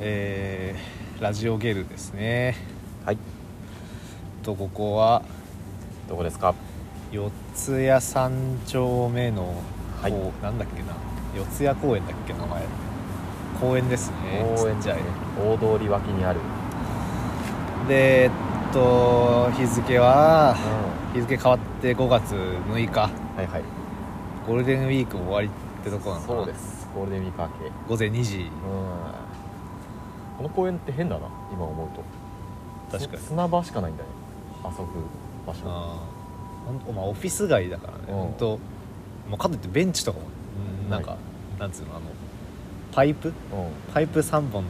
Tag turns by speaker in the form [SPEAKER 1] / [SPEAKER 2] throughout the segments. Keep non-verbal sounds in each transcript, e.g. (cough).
[SPEAKER 1] えーラジオゲルですね
[SPEAKER 2] はい
[SPEAKER 1] とここは
[SPEAKER 2] どこですか
[SPEAKER 1] 四谷三丁目のこう、
[SPEAKER 2] はい
[SPEAKER 1] なんだっけな四谷公園だっけ名前公園ですね
[SPEAKER 2] 公
[SPEAKER 1] ちっ
[SPEAKER 2] 園です
[SPEAKER 1] ちゃい
[SPEAKER 2] ね大通り脇にある
[SPEAKER 1] でえっと日付は
[SPEAKER 2] うん
[SPEAKER 1] 日付変わって5月6日
[SPEAKER 2] はいはい
[SPEAKER 1] ゴールデンウィーク終わりってとこなのかな
[SPEAKER 2] そうですゴールデンウィーク明けうん
[SPEAKER 1] 午前2時
[SPEAKER 2] この公園って変だな今思うと
[SPEAKER 1] 確かに
[SPEAKER 2] す砂場しかないんだね遊ぶ場所
[SPEAKER 1] あーほんとまあオフィス街だからね
[SPEAKER 2] うん
[SPEAKER 1] 本当まあかといってベンチとかもうんなんか、
[SPEAKER 2] は
[SPEAKER 1] なんつうのあのパイプ
[SPEAKER 2] うん
[SPEAKER 1] パイプ3本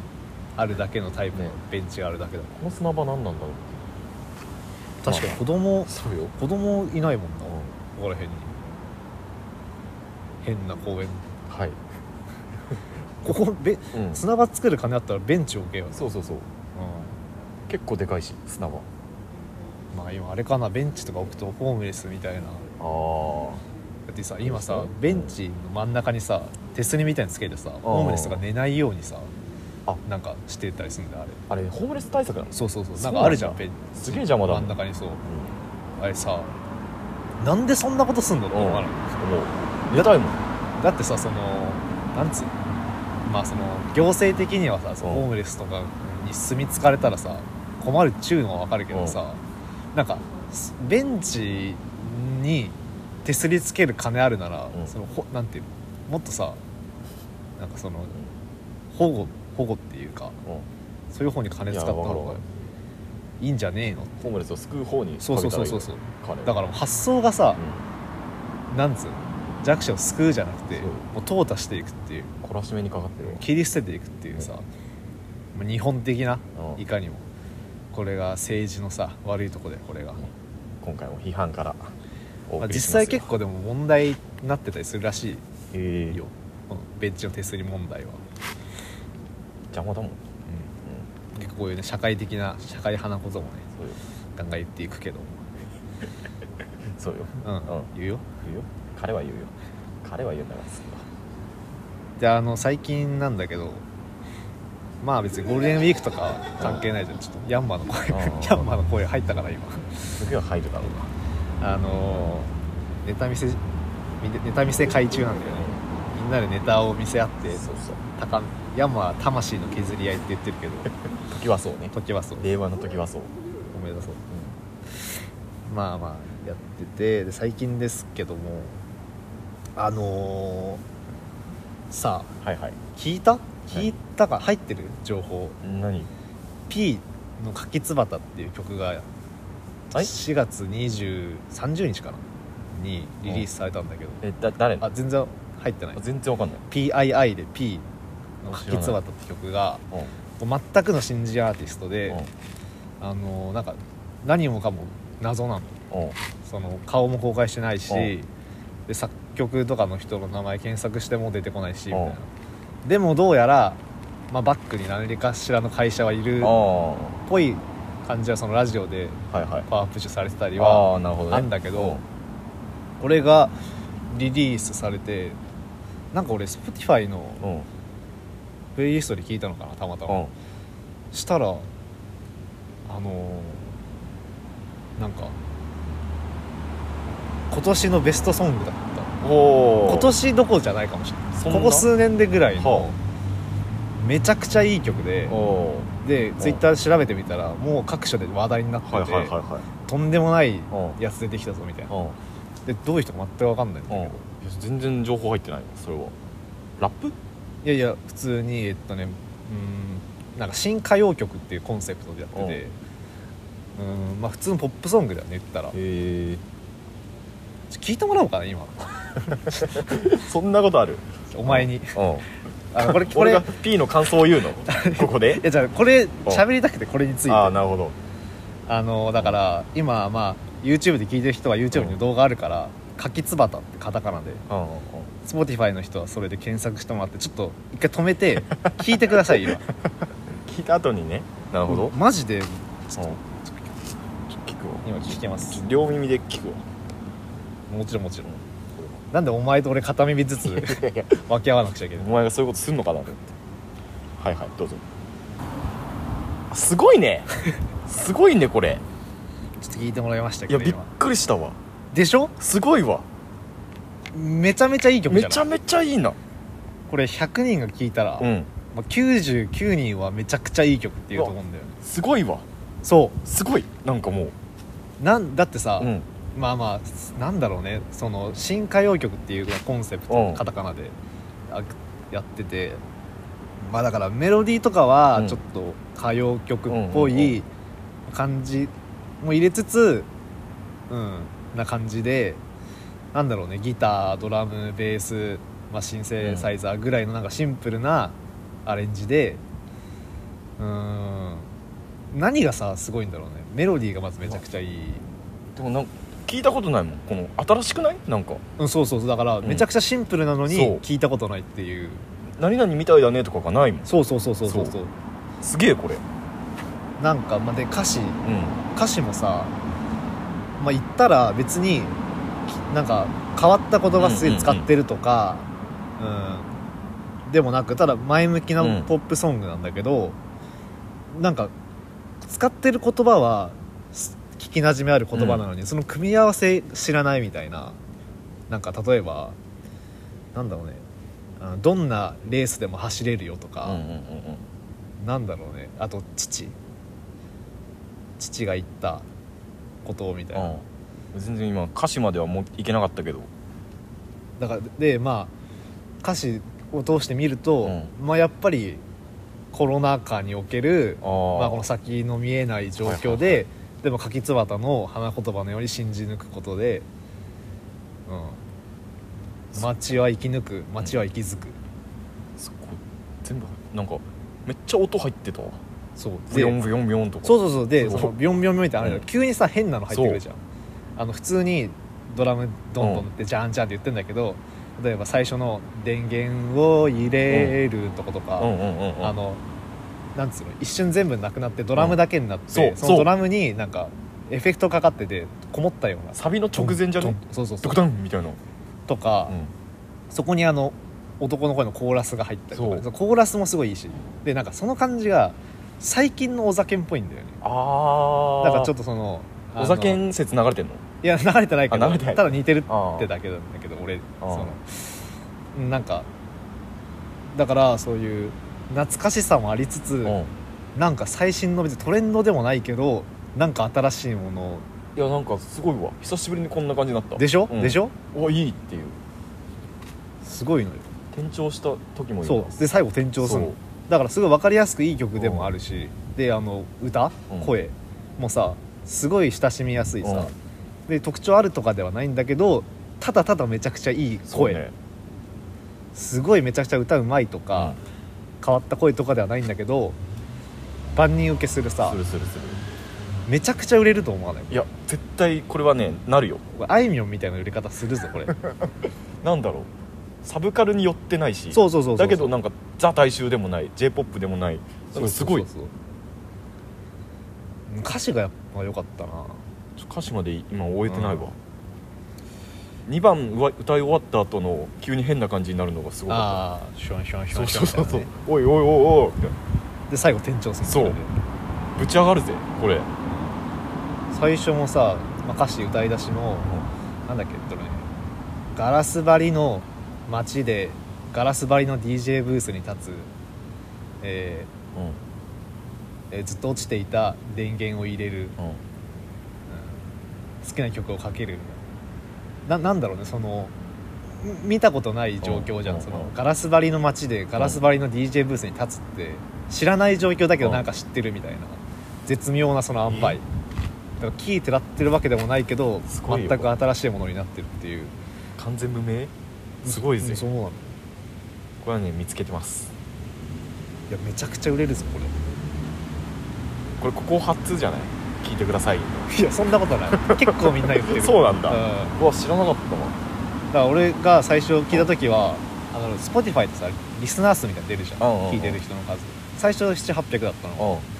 [SPEAKER 1] あるだけのタイプの
[SPEAKER 2] ね
[SPEAKER 1] ベンチがあるだけだもん、
[SPEAKER 2] この砂場何なんだろう
[SPEAKER 1] 確かに子供
[SPEAKER 2] そうよ
[SPEAKER 1] 子供いないもんな
[SPEAKER 2] うん
[SPEAKER 1] ここら辺に変な公園
[SPEAKER 2] はい
[SPEAKER 1] ここべ
[SPEAKER 2] うん
[SPEAKER 1] 砂場作る金あったらベンチ置けよ、
[SPEAKER 2] そうそうそう
[SPEAKER 1] う
[SPEAKER 2] 結構でかいし砂場
[SPEAKER 1] ん、まあ今あれかなベンチとか置くとホームレスみたいな
[SPEAKER 2] あ
[SPEAKER 1] だってさ今
[SPEAKER 2] そ
[SPEAKER 1] さ
[SPEAKER 2] うですね
[SPEAKER 1] ベンチの真ん中にさ手すりみたいにつけてさホームレスとか寝ないようにさ
[SPEAKER 2] あ
[SPEAKER 1] なんかしてたりするんだよあれ
[SPEAKER 2] ああれホームレス対策なの
[SPEAKER 1] そうそうそう
[SPEAKER 2] そう
[SPEAKER 1] な
[SPEAKER 2] な
[SPEAKER 1] かあ
[SPEAKER 2] んんだ
[SPEAKER 1] るじゃんベンチ
[SPEAKER 2] すげえ邪魔だ
[SPEAKER 1] 真ん中にそうあれさなんでそんなことすんのって思わない
[SPEAKER 2] うんもう寝たいもん
[SPEAKER 1] だってさそのなんつうのまあその行政的にはさその
[SPEAKER 2] うん
[SPEAKER 1] ホームレスとかに住み着かれたらさ困るっちゅうのは分かるけどさなんかすベンチに手すりつける金あるなら、
[SPEAKER 2] うん
[SPEAKER 1] そのほなんていうのもっとさなんかその保護保護っていうか
[SPEAKER 2] うん
[SPEAKER 1] そういう方に金使った
[SPEAKER 2] いやわ
[SPEAKER 1] 方
[SPEAKER 2] か
[SPEAKER 1] が
[SPEAKER 2] るわ
[SPEAKER 1] いいんじゃねえの
[SPEAKER 2] ホームレスを救う方に
[SPEAKER 1] そうそうそうそうそう
[SPEAKER 2] かけたらいいよ
[SPEAKER 1] だからもう発想がさ
[SPEAKER 2] 彼、
[SPEAKER 1] なんつうの弱者を救うじゃなくて
[SPEAKER 2] そう
[SPEAKER 1] もう淘汰していくっていう
[SPEAKER 2] うん懲らしめにかかってるわ
[SPEAKER 1] 切り捨てていくっていうさ、まあ日本的な
[SPEAKER 2] うん
[SPEAKER 1] いかにもこれが政治のさ悪いとこでこれが、
[SPEAKER 2] 今回も批判からお
[SPEAKER 1] まあ、
[SPEAKER 2] 送りしますよ
[SPEAKER 1] 実際結構でも問題になってたりするらし
[SPEAKER 2] え
[SPEAKER 1] い
[SPEAKER 2] え
[SPEAKER 1] よ、うんベンチの手すり問題は、
[SPEAKER 2] 邪魔だもん、うん、
[SPEAKER 1] 結構こういうね社会的な社会派なこともね
[SPEAKER 2] そうよ
[SPEAKER 1] ガンガン言っていくけど、
[SPEAKER 2] そうよ
[SPEAKER 1] うん
[SPEAKER 2] うん
[SPEAKER 1] 言うよ
[SPEAKER 2] 言うよ彼は言うよ彼は言うんだからそれは
[SPEAKER 1] であの最近なんだけどまあ別にゴールデンウィークとかは関係ないじゃんちょっとヤンマの声
[SPEAKER 2] あー
[SPEAKER 1] ヤンマの声入ったから今
[SPEAKER 2] 次は入るだろうな
[SPEAKER 1] あのーネタ見せみネタ見せ会中なんだよねみんなでネタを見せ合って
[SPEAKER 2] そうそう
[SPEAKER 1] 高ヤンマは魂の削り合いって言ってる
[SPEAKER 2] (laughs)
[SPEAKER 1] けど
[SPEAKER 2] 時はそうね
[SPEAKER 1] 時はそう
[SPEAKER 2] 令和の時はそう、
[SPEAKER 1] ごめんなさいまあまあやっててで最近ですけどもあのーさあ
[SPEAKER 2] はいはい
[SPEAKER 1] 聞いた聞いたか、入ってる情報
[SPEAKER 2] 何
[SPEAKER 1] P の「柿椿」っていう曲が
[SPEAKER 2] はい
[SPEAKER 1] 4月20 30日かなにリリースされたんだけど、
[SPEAKER 2] えだ誰の
[SPEAKER 1] あ全然入ってない
[SPEAKER 2] 全然わかんない
[SPEAKER 1] PII で P の「
[SPEAKER 2] 知
[SPEAKER 1] 柿
[SPEAKER 2] らない
[SPEAKER 1] 椿」って曲が
[SPEAKER 2] うん
[SPEAKER 1] こう全くの新人アーティストで、あのなんか何もかも謎なの
[SPEAKER 2] うんうん
[SPEAKER 1] その顔も公開してないし、
[SPEAKER 2] うん
[SPEAKER 1] で作曲とかの人の名前検索しても出てこないしみたいな
[SPEAKER 2] う
[SPEAKER 1] でもどうやら、まあ、バックに何かしらの会社はいる
[SPEAKER 2] あ
[SPEAKER 1] っ
[SPEAKER 2] あは
[SPEAKER 1] ぽい感じはそのラジオで
[SPEAKER 2] いはい
[SPEAKER 1] パワープッシュされてたりは
[SPEAKER 2] ああなるほどね
[SPEAKER 1] あんだけど、これがリリースされてなんか俺 Spotify の
[SPEAKER 2] うんうん
[SPEAKER 1] プレイリストで聞いたのかなたまたま、
[SPEAKER 2] うん
[SPEAKER 1] したらあのーなんか今年のベストソングだった
[SPEAKER 2] おお
[SPEAKER 1] 今年どころじゃないかもし
[SPEAKER 2] そ
[SPEAKER 1] れ
[SPEAKER 2] ん
[SPEAKER 1] な
[SPEAKER 2] な
[SPEAKER 1] こ
[SPEAKER 2] い
[SPEAKER 1] こ数年でぐらいの
[SPEAKER 2] は
[SPEAKER 1] めちゃくちゃいい曲で
[SPEAKER 2] あお
[SPEAKER 1] でツイッターで調べてみたらもう各所で話題になってて、
[SPEAKER 2] はいはいはいはい
[SPEAKER 1] とんでもない
[SPEAKER 2] うん
[SPEAKER 1] やつ出てきたぞみたいな
[SPEAKER 2] うん
[SPEAKER 1] でどういう人か全く分かんないんだ
[SPEAKER 2] うん
[SPEAKER 1] け
[SPEAKER 2] いや
[SPEAKER 1] ど
[SPEAKER 2] 全然情報入ってないわそれはラップ
[SPEAKER 1] いやいや普通にえっとねうんなんか新歌謡曲っていうコンセプトでやっててうんまあ普通のポップソングだよね言ったら
[SPEAKER 2] へえ
[SPEAKER 1] ちょ聞いてもらおうかな今
[SPEAKER 2] そんなことある
[SPEAKER 1] お前に
[SPEAKER 2] うん
[SPEAKER 1] あ
[SPEAKER 2] (laughs)
[SPEAKER 1] のこれこ
[SPEAKER 2] 俺
[SPEAKER 1] れい
[SPEAKER 2] が P の感想を言うのここで
[SPEAKER 1] やじゃあこれ喋りたくてこれについて
[SPEAKER 2] ああ
[SPEAKER 1] あ
[SPEAKER 2] なるほど
[SPEAKER 1] のだから今まあ YouTube で聞いてる人は YouTube に動画あるから「かきつばた」ってカタカナで
[SPEAKER 2] うんうんうん
[SPEAKER 1] Spotify の人はそれで検索してもらってちょっと一回止め
[SPEAKER 2] (laughs)
[SPEAKER 1] て聞いてください今
[SPEAKER 2] 聞いた後にねなるほどうん
[SPEAKER 1] マジでちょっと
[SPEAKER 2] 聞くわ
[SPEAKER 1] 今聞けます
[SPEAKER 2] ちょっと両耳で聞くわ
[SPEAKER 1] もちろんもちろん
[SPEAKER 2] うん
[SPEAKER 1] なんでお前と俺片耳ずつ
[SPEAKER 2] いやいや
[SPEAKER 1] 分け合わなくちゃいけない
[SPEAKER 2] お前がそういうことすんのかなと思ってはいはいどうぞすごい (laughs) ねすごいねこれ
[SPEAKER 1] ちょっと聞いてもらいました
[SPEAKER 2] い
[SPEAKER 1] け
[SPEAKER 2] や
[SPEAKER 1] ど
[SPEAKER 2] びっ
[SPEAKER 1] 今
[SPEAKER 2] くりしたわ
[SPEAKER 1] でしょ
[SPEAKER 2] すごいわ
[SPEAKER 1] めちゃめちゃいい曲
[SPEAKER 2] め
[SPEAKER 1] じゃ
[SPEAKER 2] ち
[SPEAKER 1] な
[SPEAKER 2] ゃ
[SPEAKER 1] い
[SPEAKER 2] めちゃいいな
[SPEAKER 1] これ100人が聴いたら、
[SPEAKER 2] うん
[SPEAKER 1] まあ、99人はめちゃくちゃいい曲って言うと思うんだよね
[SPEAKER 2] すごいわ
[SPEAKER 1] そ
[SPEAKER 2] すごいなんかもう
[SPEAKER 1] うなんだってさ、
[SPEAKER 2] うん
[SPEAKER 1] まあまあなんだろうねその新歌謡曲っていうコンセプ
[SPEAKER 2] う
[SPEAKER 1] ト
[SPEAKER 2] ん
[SPEAKER 1] カタカナであやっててまあだからメロディーとかは
[SPEAKER 2] うん
[SPEAKER 1] ちょっと歌謡曲っぽ
[SPEAKER 2] うんうんう
[SPEAKER 1] い感じも入れつつうんな感じでなんだろうねギタードラムベース、まあ、シンセサイザーぐらいのなんかシンプルなアレンジでうん何がさすごいんだろうねメロディーがまずめちゃくちゃいい。
[SPEAKER 2] でもなんか聞いたことないもんこの新しくないなんか
[SPEAKER 1] うん、そうそうそうだから
[SPEAKER 2] ん
[SPEAKER 1] めちゃくちゃシンプルなのに
[SPEAKER 2] そう
[SPEAKER 1] 聞いたことないっていう
[SPEAKER 2] 何々みたいだねとかがないもん
[SPEAKER 1] そうそうそうそうそう
[SPEAKER 2] そ
[SPEAKER 1] そう
[SPEAKER 2] すげえこれ
[SPEAKER 1] なんか、まあ、で歌詞
[SPEAKER 2] う
[SPEAKER 1] 歌詞もさまあ言ったら別にきなんか変わった言葉すげえ使ってるとかうんでもなくただ前向きな
[SPEAKER 2] うん
[SPEAKER 1] ポップソングなんだけど、なんか使ってる言葉はす聞きなじみある言葉なのに、その組み合わせ知らないみたいななんか例えばなんだろうねあのどんなレースでも走れるよとか、
[SPEAKER 2] んうんうんうん
[SPEAKER 1] なんだろうねあと父父が言ったことをみたいな、
[SPEAKER 2] うん全然今歌詞まではもういけなかったけど
[SPEAKER 1] だからでまあ歌詞を通して見ると、まあやっぱりコロナ禍における
[SPEAKER 2] あー
[SPEAKER 1] まあ、この先の見えない状況で、
[SPEAKER 2] はい
[SPEAKER 1] でも柿椿の花言葉のように信じ抜くことで、うん、街は生き抜く街は息づく、
[SPEAKER 2] すっごい全部なんかめっちゃ音入ってたわ
[SPEAKER 1] そう
[SPEAKER 2] ブ
[SPEAKER 1] で
[SPEAKER 2] ヨンブヨンブヨンとか
[SPEAKER 1] そうそうそうで
[SPEAKER 2] そ
[SPEAKER 1] そうのビョンビョンビョンってあれだよ、
[SPEAKER 2] うん
[SPEAKER 1] 急にさ変なの入ってくるじゃんあの普通にドラムドンドンってジャンジャンって言ってんだけど、例えば最初の「電源を入れる」とことか、
[SPEAKER 2] うんうんうんうん
[SPEAKER 1] あのなんつうの一瞬全部なくなってドラムだけになって、
[SPEAKER 2] うんそ
[SPEAKER 1] その
[SPEAKER 2] うそう
[SPEAKER 1] ドラムになんかエフェクトかかっててこもったような
[SPEAKER 2] サビの直前じゃ
[SPEAKER 1] ド
[SPEAKER 2] ね
[SPEAKER 1] ンドンそうそうそ
[SPEAKER 2] ド
[SPEAKER 1] う
[SPEAKER 2] クダンみたいな
[SPEAKER 1] とか、
[SPEAKER 2] う
[SPEAKER 1] そこにあの男の声のコーラスが入ったりとか
[SPEAKER 2] そう
[SPEAKER 1] そのコーラスもすごいいいしでなんかその感じが最近のお酒っぽいんだよね
[SPEAKER 2] あ
[SPEAKER 1] なんかちょっ
[SPEAKER 2] っ
[SPEAKER 1] とそのあ
[SPEAKER 2] お
[SPEAKER 1] の
[SPEAKER 2] 酒説流れてんの
[SPEAKER 1] いや流れてないけ
[SPEAKER 2] あ
[SPEAKER 1] ど
[SPEAKER 2] 流れてない
[SPEAKER 1] ただ似てる
[SPEAKER 2] あ
[SPEAKER 1] ってだけなんだけど俺
[SPEAKER 2] あ
[SPEAKER 1] そ
[SPEAKER 2] ー
[SPEAKER 1] のうんなんかだからそういう懐かしさもありつつ、
[SPEAKER 2] うん
[SPEAKER 1] なんか最新の別にトレンドでもないけどなんか新しいもの
[SPEAKER 2] いやなんかすごいわ久しぶりにこんな感じになった
[SPEAKER 1] でしょ、
[SPEAKER 2] うん
[SPEAKER 1] でしょ
[SPEAKER 2] おいいっていう
[SPEAKER 1] すごいのよ
[SPEAKER 2] 転調した時もいいな
[SPEAKER 1] そうで最後転調する
[SPEAKER 2] そう
[SPEAKER 1] のだからすごい分かりやすくいい曲でもあるしであの歌、
[SPEAKER 2] うん
[SPEAKER 1] 声もさすごい親しみやすいさ、
[SPEAKER 2] う
[SPEAKER 1] で特徴あるとかではないんだけどただただめちゃくちゃいい
[SPEAKER 2] んそう
[SPEAKER 1] 声、
[SPEAKER 2] ね
[SPEAKER 1] すごいめちゃくちゃ歌うまいとか、変わった声とかではないんだけど万人受けする
[SPEAKER 2] うん
[SPEAKER 1] さ
[SPEAKER 2] するするする
[SPEAKER 1] めちゃくちゃ売れると思わない
[SPEAKER 2] いや絶対これはねなるよ
[SPEAKER 1] これあいみょんみたいな売れ方する
[SPEAKER 2] (laughs)
[SPEAKER 1] ぞこれ
[SPEAKER 2] なんだろうサブカルに寄ってないし
[SPEAKER 1] そうそうそうそう
[SPEAKER 2] だけどなんかザ大衆でもない j p o p でもないなんかすごい
[SPEAKER 1] そうそうそうそう歌詞がやっぱ良かったな
[SPEAKER 2] ちょ歌詞まで今終えてないわ、2番うわ歌い終わった後の急に変な感じになるのがすごかっ
[SPEAKER 1] ああシュワンシュワンシ
[SPEAKER 2] た
[SPEAKER 1] ュワ
[SPEAKER 2] そ
[SPEAKER 1] ン
[SPEAKER 2] う
[SPEAKER 1] シュ
[SPEAKER 2] そ
[SPEAKER 1] ワン
[SPEAKER 2] う
[SPEAKER 1] み (laughs) たいうな
[SPEAKER 2] そうそ
[SPEAKER 1] ね
[SPEAKER 2] おいおいおいおいみたい
[SPEAKER 1] で最後転調する
[SPEAKER 2] そうなぶち上がるぜこれ
[SPEAKER 1] 最初もさ、まあ、歌詞歌い出しの、なんだっけえっとねガラス張りの街でガラス張りの DJ ブースに立つ、え
[SPEAKER 2] う
[SPEAKER 1] ーえーずっと落ちていた電源を入れる
[SPEAKER 2] んうん
[SPEAKER 1] 好きな曲をかけるななんだろうねそのみ見たことない状況じゃ
[SPEAKER 2] うんん
[SPEAKER 1] そ
[SPEAKER 2] うん
[SPEAKER 1] の
[SPEAKER 2] うん
[SPEAKER 1] ガラス張りの街でガラス張りの DJ ブースに立つって知らない状況だけど
[SPEAKER 2] うん
[SPEAKER 1] なんか知ってるみたいな絶妙なその塩梅
[SPEAKER 2] え
[SPEAKER 1] だからキーってなってるわけでもないけど
[SPEAKER 2] すごい
[SPEAKER 1] 全
[SPEAKER 2] よ
[SPEAKER 1] く新しいものになってるっていう
[SPEAKER 2] 完全無名すごいぜ、
[SPEAKER 1] うんそうなのい
[SPEAKER 2] これはね見つけてます
[SPEAKER 1] やめちゃくちゃ売れるぞこれ
[SPEAKER 2] これここ初じゃない聞いてください
[SPEAKER 1] いやそんなことない
[SPEAKER 2] (laughs)
[SPEAKER 1] 結構みんな言ってる
[SPEAKER 2] そうなんだ
[SPEAKER 1] うん
[SPEAKER 2] うわ知らなかっ
[SPEAKER 1] だか
[SPEAKER 2] たわ
[SPEAKER 1] ら俺が最初聞いた時はあの Spotify ってさリスナー数みたいなの出るじゃん
[SPEAKER 2] うんうんうん
[SPEAKER 1] 聞いてる人の数最初7800だったの
[SPEAKER 2] うん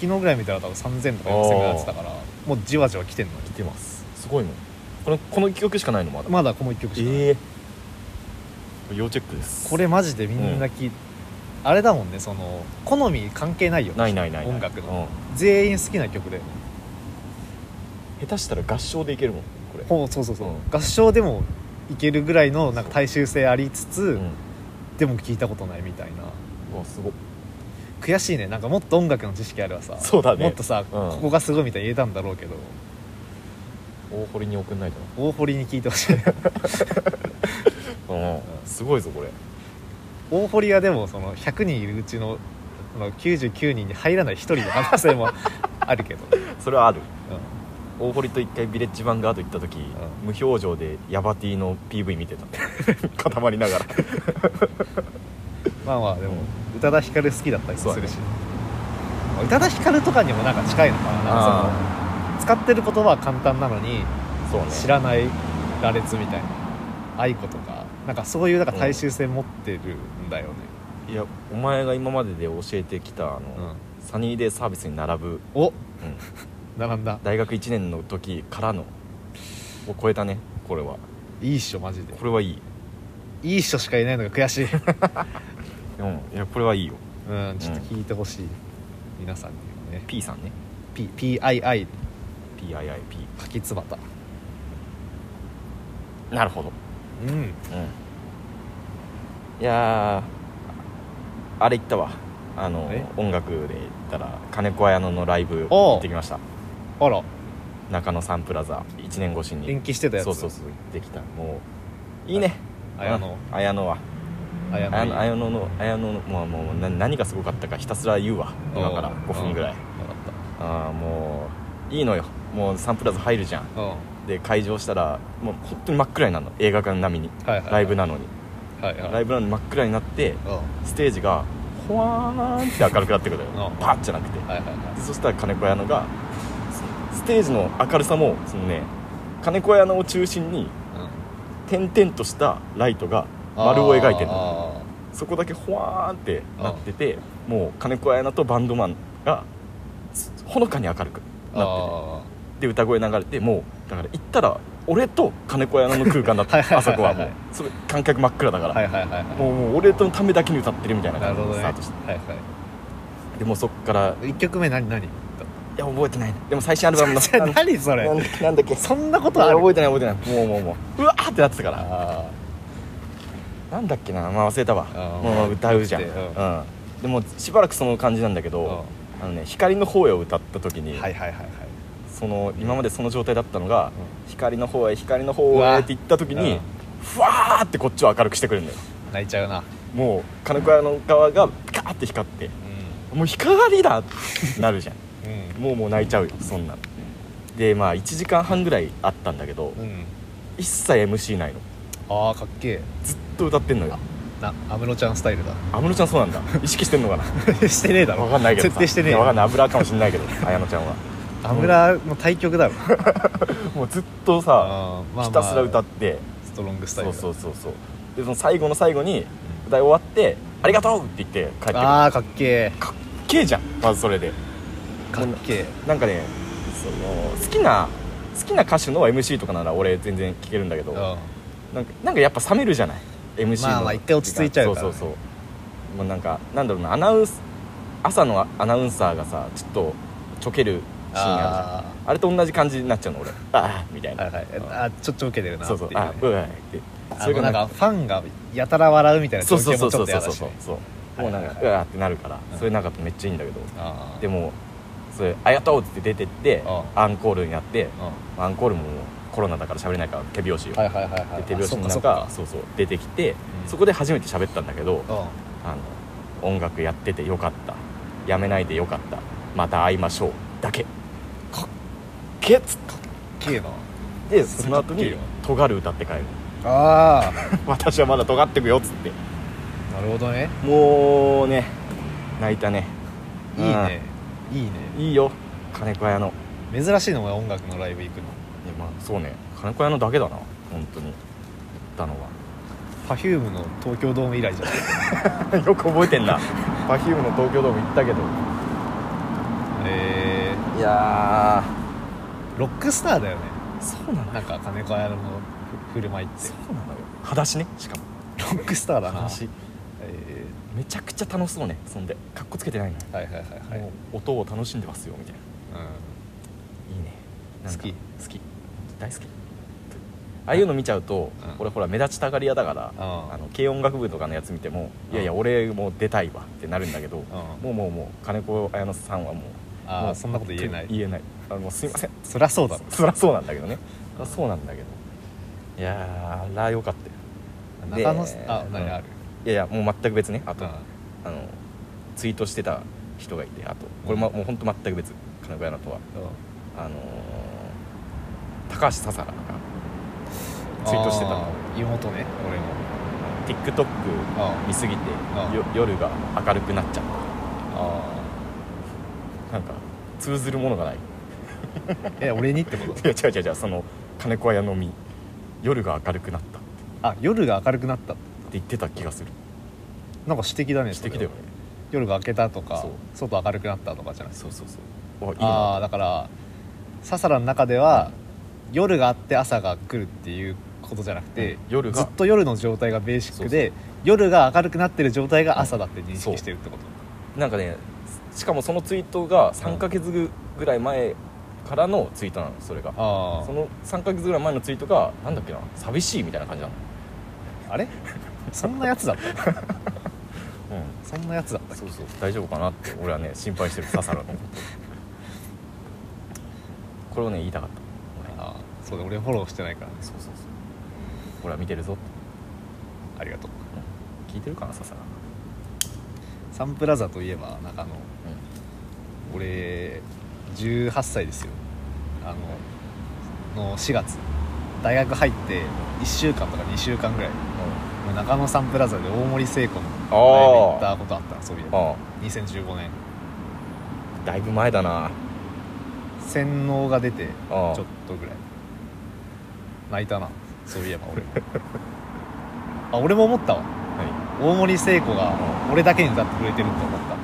[SPEAKER 1] 昨日ぐらい見たら多分3000とか4000ぐらいやってたからもうじわじわ来てんのよ
[SPEAKER 2] 来てますすごいもんこのこの記憶しかないのまだ
[SPEAKER 1] まだこの1曲しかない、
[SPEAKER 2] ええ要チェックです
[SPEAKER 1] これマジでみんな聞い、あれだもんねその好み関係ないよね
[SPEAKER 2] ないないないない
[SPEAKER 1] 音楽の、
[SPEAKER 2] う
[SPEAKER 1] 全員好きな曲で
[SPEAKER 2] ん下手したら合唱でいけるもんこれ
[SPEAKER 1] ほうそうそうそう、
[SPEAKER 2] うん
[SPEAKER 1] 合唱でもいけるぐらいのなんか大衆性ありつつ、
[SPEAKER 2] うん
[SPEAKER 1] でも聞いたことないみたいな
[SPEAKER 2] うわすごっ
[SPEAKER 1] 悔しいねなんかもっと音楽の知識あればさ
[SPEAKER 2] そうだね
[SPEAKER 1] もっとさ、ここがすごいみたいに言えたんだろうけど
[SPEAKER 2] 大堀に送んないと
[SPEAKER 1] 大堀に聞いてほ
[SPEAKER 2] (laughs)
[SPEAKER 1] しい
[SPEAKER 2] な、
[SPEAKER 1] うん
[SPEAKER 2] すごいぞこれ
[SPEAKER 1] 大堀はでもその100人いるうちのその99人に入らない1人の可能性
[SPEAKER 2] (laughs)
[SPEAKER 1] もあるけど、
[SPEAKER 2] それはある
[SPEAKER 1] うん
[SPEAKER 2] 大堀と一回ビレッジヴァンガード行った時、無表情でヤバティの PV 見てた (laughs) 固まりながら
[SPEAKER 1] まあまあでも宇多田ヒカル好きだったりもするし、
[SPEAKER 2] そ
[SPEAKER 1] 宇多田ヒカルとかにもなんか近いのかななんか
[SPEAKER 2] あ
[SPEAKER 1] その使ってる言葉は簡単なのに
[SPEAKER 2] あそうね
[SPEAKER 1] 知らない羅列みたいな愛子とかなんかそういうなんか大衆性持ってるんだよね、
[SPEAKER 2] いやお前が今までで教えてきたあの、
[SPEAKER 1] うん
[SPEAKER 2] サニーデイサービスに並ぶ、
[SPEAKER 1] お
[SPEAKER 2] うん
[SPEAKER 1] 並んだ
[SPEAKER 2] 大学1年の時からのを超えたねこれはい
[SPEAKER 1] いっしょマジで
[SPEAKER 2] これはいい
[SPEAKER 1] いいっしょしかいないのが悔
[SPEAKER 2] (laughs)
[SPEAKER 1] しい
[SPEAKER 2] うんいやこれはいいよ
[SPEAKER 1] うんちょっと聞いてほしい、皆さんにもね
[SPEAKER 2] P さんね
[SPEAKER 1] P- PII
[SPEAKER 2] PIIP
[SPEAKER 1] かきつばた
[SPEAKER 2] なるほど
[SPEAKER 1] うん
[SPEAKER 2] うんいやーあれ行ったわあの
[SPEAKER 1] え
[SPEAKER 2] 音楽で言ったら金子綾乃のライブ
[SPEAKER 1] おう
[SPEAKER 2] 行ってきました
[SPEAKER 1] あら
[SPEAKER 2] 中野サンプラザ1年越しに
[SPEAKER 1] 延期してたやつ
[SPEAKER 2] そうそうそう行ってきたもういいね
[SPEAKER 1] 綾野
[SPEAKER 2] うん綾乃は
[SPEAKER 1] 綾
[SPEAKER 2] 綾乃
[SPEAKER 1] 野
[SPEAKER 2] 綾乃の綾乃のもうもうな何がすごかったかひたすら言うわ今から
[SPEAKER 1] おう
[SPEAKER 2] 5分ぐら
[SPEAKER 1] 分かっ
[SPEAKER 2] いああもういいのよもうサンプラザ入るじゃん
[SPEAKER 1] たうん
[SPEAKER 2] で会場したらもう本当に真っ暗になるの映画館並みに
[SPEAKER 1] はいはいはい
[SPEAKER 2] ライブなのに
[SPEAKER 1] はいはい
[SPEAKER 2] ライブなのに真っ暗になって
[SPEAKER 1] うんは
[SPEAKER 2] ステージがホワーンって明るくなってくるのよ
[SPEAKER 1] うん
[SPEAKER 2] パッじゃなくて
[SPEAKER 1] いはいはい
[SPEAKER 2] でそしたら金子屋のがスステージの明るさもそのね金子屋のを中心に
[SPEAKER 1] うん
[SPEAKER 2] 点々としたライトが丸を描いてるの
[SPEAKER 1] あ
[SPEAKER 2] そこだけホワーンってなっててもう金子屋とバンドマンがすほのかに明る
[SPEAKER 1] ー
[SPEAKER 2] くなって
[SPEAKER 1] あ
[SPEAKER 2] てで歌声流れてもうだから行ったら俺と金子屋の空間だっ
[SPEAKER 1] はいはい
[SPEAKER 2] た
[SPEAKER 1] はい
[SPEAKER 2] あ
[SPEAKER 1] は
[SPEAKER 2] そ
[SPEAKER 1] い
[SPEAKER 2] こはもうそれ観客真っ暗だか
[SPEAKER 1] ー
[SPEAKER 2] ら、
[SPEAKER 1] はいはいはいは
[SPEAKER 2] もうもう俺とのためだけに歌ってるみたいない
[SPEAKER 1] なる
[SPEAKER 2] 感じ
[SPEAKER 1] ほど
[SPEAKER 2] で
[SPEAKER 1] ね
[SPEAKER 2] スタ
[SPEAKER 1] はい
[SPEAKER 2] ートして、
[SPEAKER 1] は
[SPEAKER 2] でもうそっから
[SPEAKER 1] い一曲目何
[SPEAKER 2] (laughs)
[SPEAKER 1] 何
[SPEAKER 2] いや覚えてないでも最新アル
[SPEAKER 1] (laughs)
[SPEAKER 2] バムの
[SPEAKER 1] じゃあ何そ
[SPEAKER 2] (laughs) なん
[SPEAKER 1] れ
[SPEAKER 2] なんだっけ
[SPEAKER 1] そんなこ
[SPEAKER 2] い
[SPEAKER 1] と
[SPEAKER 2] や
[SPEAKER 1] ある
[SPEAKER 2] 覚えてない覚えてないもうもうもううわーってなってたから
[SPEAKER 1] あ
[SPEAKER 2] なんだっけなまあ忘れたわ
[SPEAKER 1] あー
[SPEAKER 2] もう歌うじゃん、
[SPEAKER 1] うん
[SPEAKER 2] うん、でもしばらくその感じなんだけ
[SPEAKER 1] ー
[SPEAKER 2] ど
[SPEAKER 1] は
[SPEAKER 2] あのね「光の方へ」を歌った時
[SPEAKER 1] い
[SPEAKER 2] に、
[SPEAKER 1] はいはいはい
[SPEAKER 2] その今までその状態だったのが「光の方へ光の
[SPEAKER 1] う
[SPEAKER 2] 方へ」
[SPEAKER 1] わ
[SPEAKER 2] って言った時
[SPEAKER 1] う
[SPEAKER 2] に
[SPEAKER 1] ん
[SPEAKER 2] ふわーってこっちを明るくしてくれるんだよ
[SPEAKER 1] 泣いちゃうな
[SPEAKER 2] もう金子屋の側がピカーって光ってもう光だってなるじゃん (laughs)
[SPEAKER 1] う
[SPEAKER 2] もうもう泣いちゃうよそんなのでまあ1時間半ぐらいあったんだけど
[SPEAKER 1] んうん
[SPEAKER 2] 一切 MC ないの
[SPEAKER 1] ああかっけえ
[SPEAKER 2] ずっと歌ってんのよ
[SPEAKER 1] な安室ちゃんスタイルだ (laughs)
[SPEAKER 2] 安室ちゃんそうなんだ意識してんのか (laughs) な
[SPEAKER 1] してねえだろ
[SPEAKER 2] 分かんないけど
[SPEAKER 1] 設定してねえ
[SPEAKER 2] いやわかん
[SPEAKER 1] よ
[SPEAKER 2] ない油かもしんないけど綾乃ちゃんは
[SPEAKER 1] 安室の対局だろ
[SPEAKER 2] (laughs) もうずっとさ
[SPEAKER 1] あーまあまあ
[SPEAKER 2] ひたすら歌って
[SPEAKER 1] ストロングスタイル
[SPEAKER 2] そう
[SPEAKER 1] だ
[SPEAKER 2] そうそうそうでその最後の最後に歌い終わって「ありがとう!」って言って帰ってくる
[SPEAKER 1] ああかっけえ
[SPEAKER 2] かっけえじゃんまずそれで
[SPEAKER 1] かっけえ
[SPEAKER 2] なんかねその好きな好きな歌手の MC とかなら俺全然聴けるんだけど、
[SPEAKER 1] う
[SPEAKER 2] なんかなんかやっぱ冷めるじゃない MC の
[SPEAKER 1] まあまあ一回落ち着いちゃうからね
[SPEAKER 2] そうそうそうもうなんかなんだろうなアナウンス朝のアナウンサーがさちょっとちょけるシーンあるじゃんあ
[SPEAKER 1] あ
[SPEAKER 2] れと同じ感じになっちゃうの俺ああみたい
[SPEAKER 1] あ
[SPEAKER 2] な、
[SPEAKER 1] はいはいあーちょっと受けてるなって
[SPEAKER 2] そ
[SPEAKER 1] いうう
[SPEAKER 2] そう
[SPEAKER 1] ね
[SPEAKER 2] あうわって
[SPEAKER 1] あの
[SPEAKER 2] が
[SPEAKER 1] なんかファンがやたら笑うみたいな
[SPEAKER 2] そ
[SPEAKER 1] 状
[SPEAKER 2] うそ
[SPEAKER 1] 況
[SPEAKER 2] うそ
[SPEAKER 1] も
[SPEAKER 2] う
[SPEAKER 1] ち
[SPEAKER 2] そ
[SPEAKER 1] ょ
[SPEAKER 2] う
[SPEAKER 1] っとや
[SPEAKER 2] そう
[SPEAKER 1] だし
[SPEAKER 2] そう
[SPEAKER 1] ね
[SPEAKER 2] そうもうなん
[SPEAKER 1] はい
[SPEAKER 2] か
[SPEAKER 1] は
[SPEAKER 2] う
[SPEAKER 1] いはい
[SPEAKER 2] わーってなるから、
[SPEAKER 1] うん
[SPEAKER 2] それなんかめっちゃいいんだけど
[SPEAKER 1] あー
[SPEAKER 2] でもそれ「ありがとう」って出てって
[SPEAKER 1] う
[SPEAKER 2] アンコールになって
[SPEAKER 1] うんは
[SPEAKER 2] アンコールもコロナだから喋れないから手拍子よ、
[SPEAKER 1] いはいはいは
[SPEAKER 2] で
[SPEAKER 1] い
[SPEAKER 2] 手拍子の
[SPEAKER 1] あそっかそっか
[SPEAKER 2] 中そうそう出てきて、
[SPEAKER 1] うん
[SPEAKER 2] そこで初めて喋ったんだけ
[SPEAKER 1] う
[SPEAKER 2] ど、
[SPEAKER 1] ん
[SPEAKER 2] あの音楽やっててよかったやめないでよかったまた会いましょうだけ
[SPEAKER 1] かっ
[SPEAKER 2] けっつっ
[SPEAKER 1] けえな
[SPEAKER 2] てその後
[SPEAKER 1] かっけえ
[SPEAKER 2] に
[SPEAKER 1] よ
[SPEAKER 2] 「尖る歌」って帰る (laughs)
[SPEAKER 1] あ
[SPEAKER 2] 私はまだ尖ってくよっつって
[SPEAKER 1] あなるほどね
[SPEAKER 2] もうね泣いたね
[SPEAKER 1] いいねいいね
[SPEAKER 2] いいよ金子屋の
[SPEAKER 1] 珍しいのが音楽のライブ行くの
[SPEAKER 2] いやまあそうね金子屋のだけだな本当に行ったのは (laughs)
[SPEAKER 1] Perfume の東京ドーム以来じゃない
[SPEAKER 2] よく覚えて (laughs) んな Perfume の東京ドーム行ったけど
[SPEAKER 1] え
[SPEAKER 2] いや
[SPEAKER 1] ー、ロックスターだよね
[SPEAKER 2] ーそうなのよ
[SPEAKER 1] なんか金子綾乃のふ振る舞いって
[SPEAKER 2] そうなのよ裸足ねしかも
[SPEAKER 1] ロックスターだな
[SPEAKER 2] 裸足
[SPEAKER 1] え
[SPEAKER 2] めちゃくちゃ楽しそうねそんでかっこつけてないのよ、
[SPEAKER 1] はいはいはいはい
[SPEAKER 2] もう音を楽しんでますよみたいないうねなんか
[SPEAKER 1] 好き
[SPEAKER 2] 好き大好きああいうの見ちゃうと、
[SPEAKER 1] うん
[SPEAKER 2] 俺ほら目立ちたがり屋だから、
[SPEAKER 1] うん
[SPEAKER 2] あの軽音楽部とかのやつ見ても、
[SPEAKER 1] うん
[SPEAKER 2] いやいや俺もう出たいわってなるんだけど、
[SPEAKER 1] うん
[SPEAKER 2] もうもうもう金子綾乃さんはもう
[SPEAKER 1] あー
[SPEAKER 2] もう
[SPEAKER 1] そんなこと言えない
[SPEAKER 2] 言えないあのすいません
[SPEAKER 1] そりゃそうだろ
[SPEAKER 2] そりゃそうなんだけどねあそうなんだけどいやーあらよかったよで
[SPEAKER 1] 中野すあ
[SPEAKER 2] うん
[SPEAKER 1] 何ある
[SPEAKER 2] いやいやもう全く別ねあと、
[SPEAKER 1] うん
[SPEAKER 2] あのツイートしてた人がいてあとこれも,、もう本当全く別金子綾乃とはあのー高橋ささらがツイートしてた
[SPEAKER 1] あ
[SPEAKER 2] の
[SPEAKER 1] ー妹ね俺の
[SPEAKER 2] TikTok
[SPEAKER 1] あ
[SPEAKER 2] 見すぎて
[SPEAKER 1] ああ
[SPEAKER 2] よ夜が明るくなっちゃっ
[SPEAKER 1] あ
[SPEAKER 2] たなんか通ずるものがないい
[SPEAKER 1] ーえ俺にってこと
[SPEAKER 2] (laughs) や違う違う違うその金子屋のみ夜が明るくなったって
[SPEAKER 1] あ夜が明るくなった
[SPEAKER 2] 言ってた気がする
[SPEAKER 1] なんか指摘だね
[SPEAKER 2] 指
[SPEAKER 1] それ
[SPEAKER 2] 摘
[SPEAKER 1] は
[SPEAKER 2] だよね
[SPEAKER 1] 夜が明けたとか
[SPEAKER 2] そう
[SPEAKER 1] 外明るくなったとかじゃない
[SPEAKER 2] そうそうそうわいい
[SPEAKER 1] あ
[SPEAKER 2] な
[SPEAKER 1] あだからササラの中では、夜があって朝が来るっていうことじゃなくて、
[SPEAKER 2] うん夜が
[SPEAKER 1] ずっと夜の状態がベーシックで
[SPEAKER 2] そ
[SPEAKER 1] 夜が明るくなってる状態が朝だって認
[SPEAKER 2] そう
[SPEAKER 1] 識してるってこと、
[SPEAKER 2] なんかねしかもそのツイートが3ヶ月ぐらい前からのツイートなのそれが
[SPEAKER 1] あ
[SPEAKER 2] その3ヶ月ぐらい前のツイートがなんだっけな寂しいみたいな感じなの
[SPEAKER 1] ああれそんなやつだ
[SPEAKER 2] (laughs)
[SPEAKER 1] った
[SPEAKER 2] うん
[SPEAKER 1] そんなやつだったっけ
[SPEAKER 2] そうそう大丈夫かなって俺はね心配してる笹 (laughs) 原のことこれをね言いたかった
[SPEAKER 1] あーそうだ俺フォローしてないからね
[SPEAKER 2] そうそうそう俺は見てるぞって、
[SPEAKER 1] ありがとう
[SPEAKER 2] うん聞いてるかな笹原、
[SPEAKER 1] サンプラザといえばなんかあの俺18歳ですよあのの4月大学入って1週間とか2週間ぐらい中野サンプラザで大森聖子のライブ行ったことあったのそういえば
[SPEAKER 2] あ
[SPEAKER 1] 2015年
[SPEAKER 2] あだいぶ前だな
[SPEAKER 1] 洗脳が出てちょ
[SPEAKER 2] あ
[SPEAKER 1] っとぐらい泣いたなそういえば
[SPEAKER 2] (laughs)
[SPEAKER 1] 俺もあ俺も思ったわ
[SPEAKER 2] あ、は
[SPEAKER 1] 大森聖子が俺だけに歌ってくれてると思った
[SPEAKER 2] い、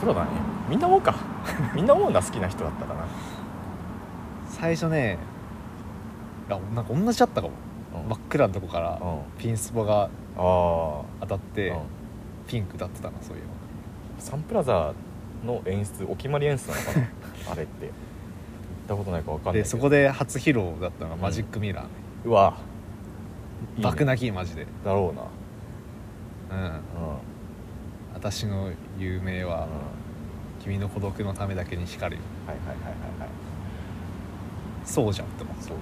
[SPEAKER 2] プロだねみんな思うか (laughs) みんな思うんだ好きな人だったかな、
[SPEAKER 1] 最初ねあなんか同じだったかも
[SPEAKER 2] うん
[SPEAKER 1] 真っ暗なとこから
[SPEAKER 2] うん
[SPEAKER 1] ピンスポが
[SPEAKER 2] あ
[SPEAKER 1] 当たっ
[SPEAKER 2] あ、
[SPEAKER 1] て
[SPEAKER 2] うん
[SPEAKER 1] ピンク歌ってたなそういえ
[SPEAKER 2] サンプラザの演出お決まり演出なのかな (laughs) あれって行ったことないか分か
[SPEAKER 1] ば
[SPEAKER 2] んない
[SPEAKER 1] で
[SPEAKER 2] けど
[SPEAKER 1] そこで初披露だったのが
[SPEAKER 2] うん
[SPEAKER 1] マジックミラーね、
[SPEAKER 2] うわいいね
[SPEAKER 1] 爆泣きマジで、
[SPEAKER 2] だろうな
[SPEAKER 1] うん、
[SPEAKER 2] うん
[SPEAKER 1] 私の有名は君の孤独のためだけに光る
[SPEAKER 2] はいはいはいはいはい
[SPEAKER 1] そうじゃんって思う
[SPEAKER 2] そう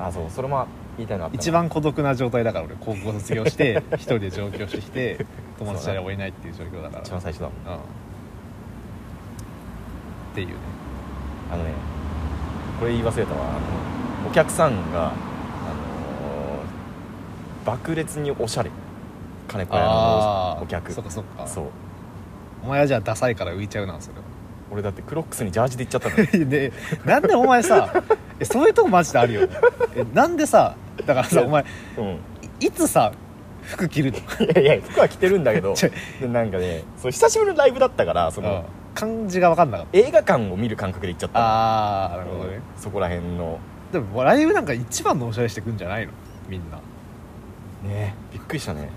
[SPEAKER 2] あそうそれも言いたいのあったな
[SPEAKER 1] 一番孤独な状態だから俺高校卒業して (laughs) 一人で上京してきて友達誰もいないっていう状況だから
[SPEAKER 2] 一番最初だもん
[SPEAKER 1] うんっていうね
[SPEAKER 2] あのねこれ言い忘れたわあのお客さんがあのー爆裂におしゃれ金子屋
[SPEAKER 1] あ
[SPEAKER 2] のお客
[SPEAKER 1] そっかそっか
[SPEAKER 2] そう
[SPEAKER 1] お前はじゃあダサいから浮いちゃうなそれは
[SPEAKER 2] 俺だってクロックスにジャージで行っちゃったの
[SPEAKER 1] (laughs) でなんでお前 (laughs) さえそういうとこマジであるよねえなんでさだからさお前 (laughs)
[SPEAKER 2] うん
[SPEAKER 1] いいつさ服着るの
[SPEAKER 2] いやいや服は着てるんだけど
[SPEAKER 1] (laughs) ちょ
[SPEAKER 2] でなんかねそう久しぶりのライブだったからその、
[SPEAKER 1] 感じが分かんなかっ
[SPEAKER 2] 映画館を見る感覚で行っちゃったたの
[SPEAKER 1] ああなるほどね
[SPEAKER 2] そこら辺の
[SPEAKER 1] でもライブなんか一番のおしゃれしてくんじゃないのみんな
[SPEAKER 2] ねびっくりしたねだか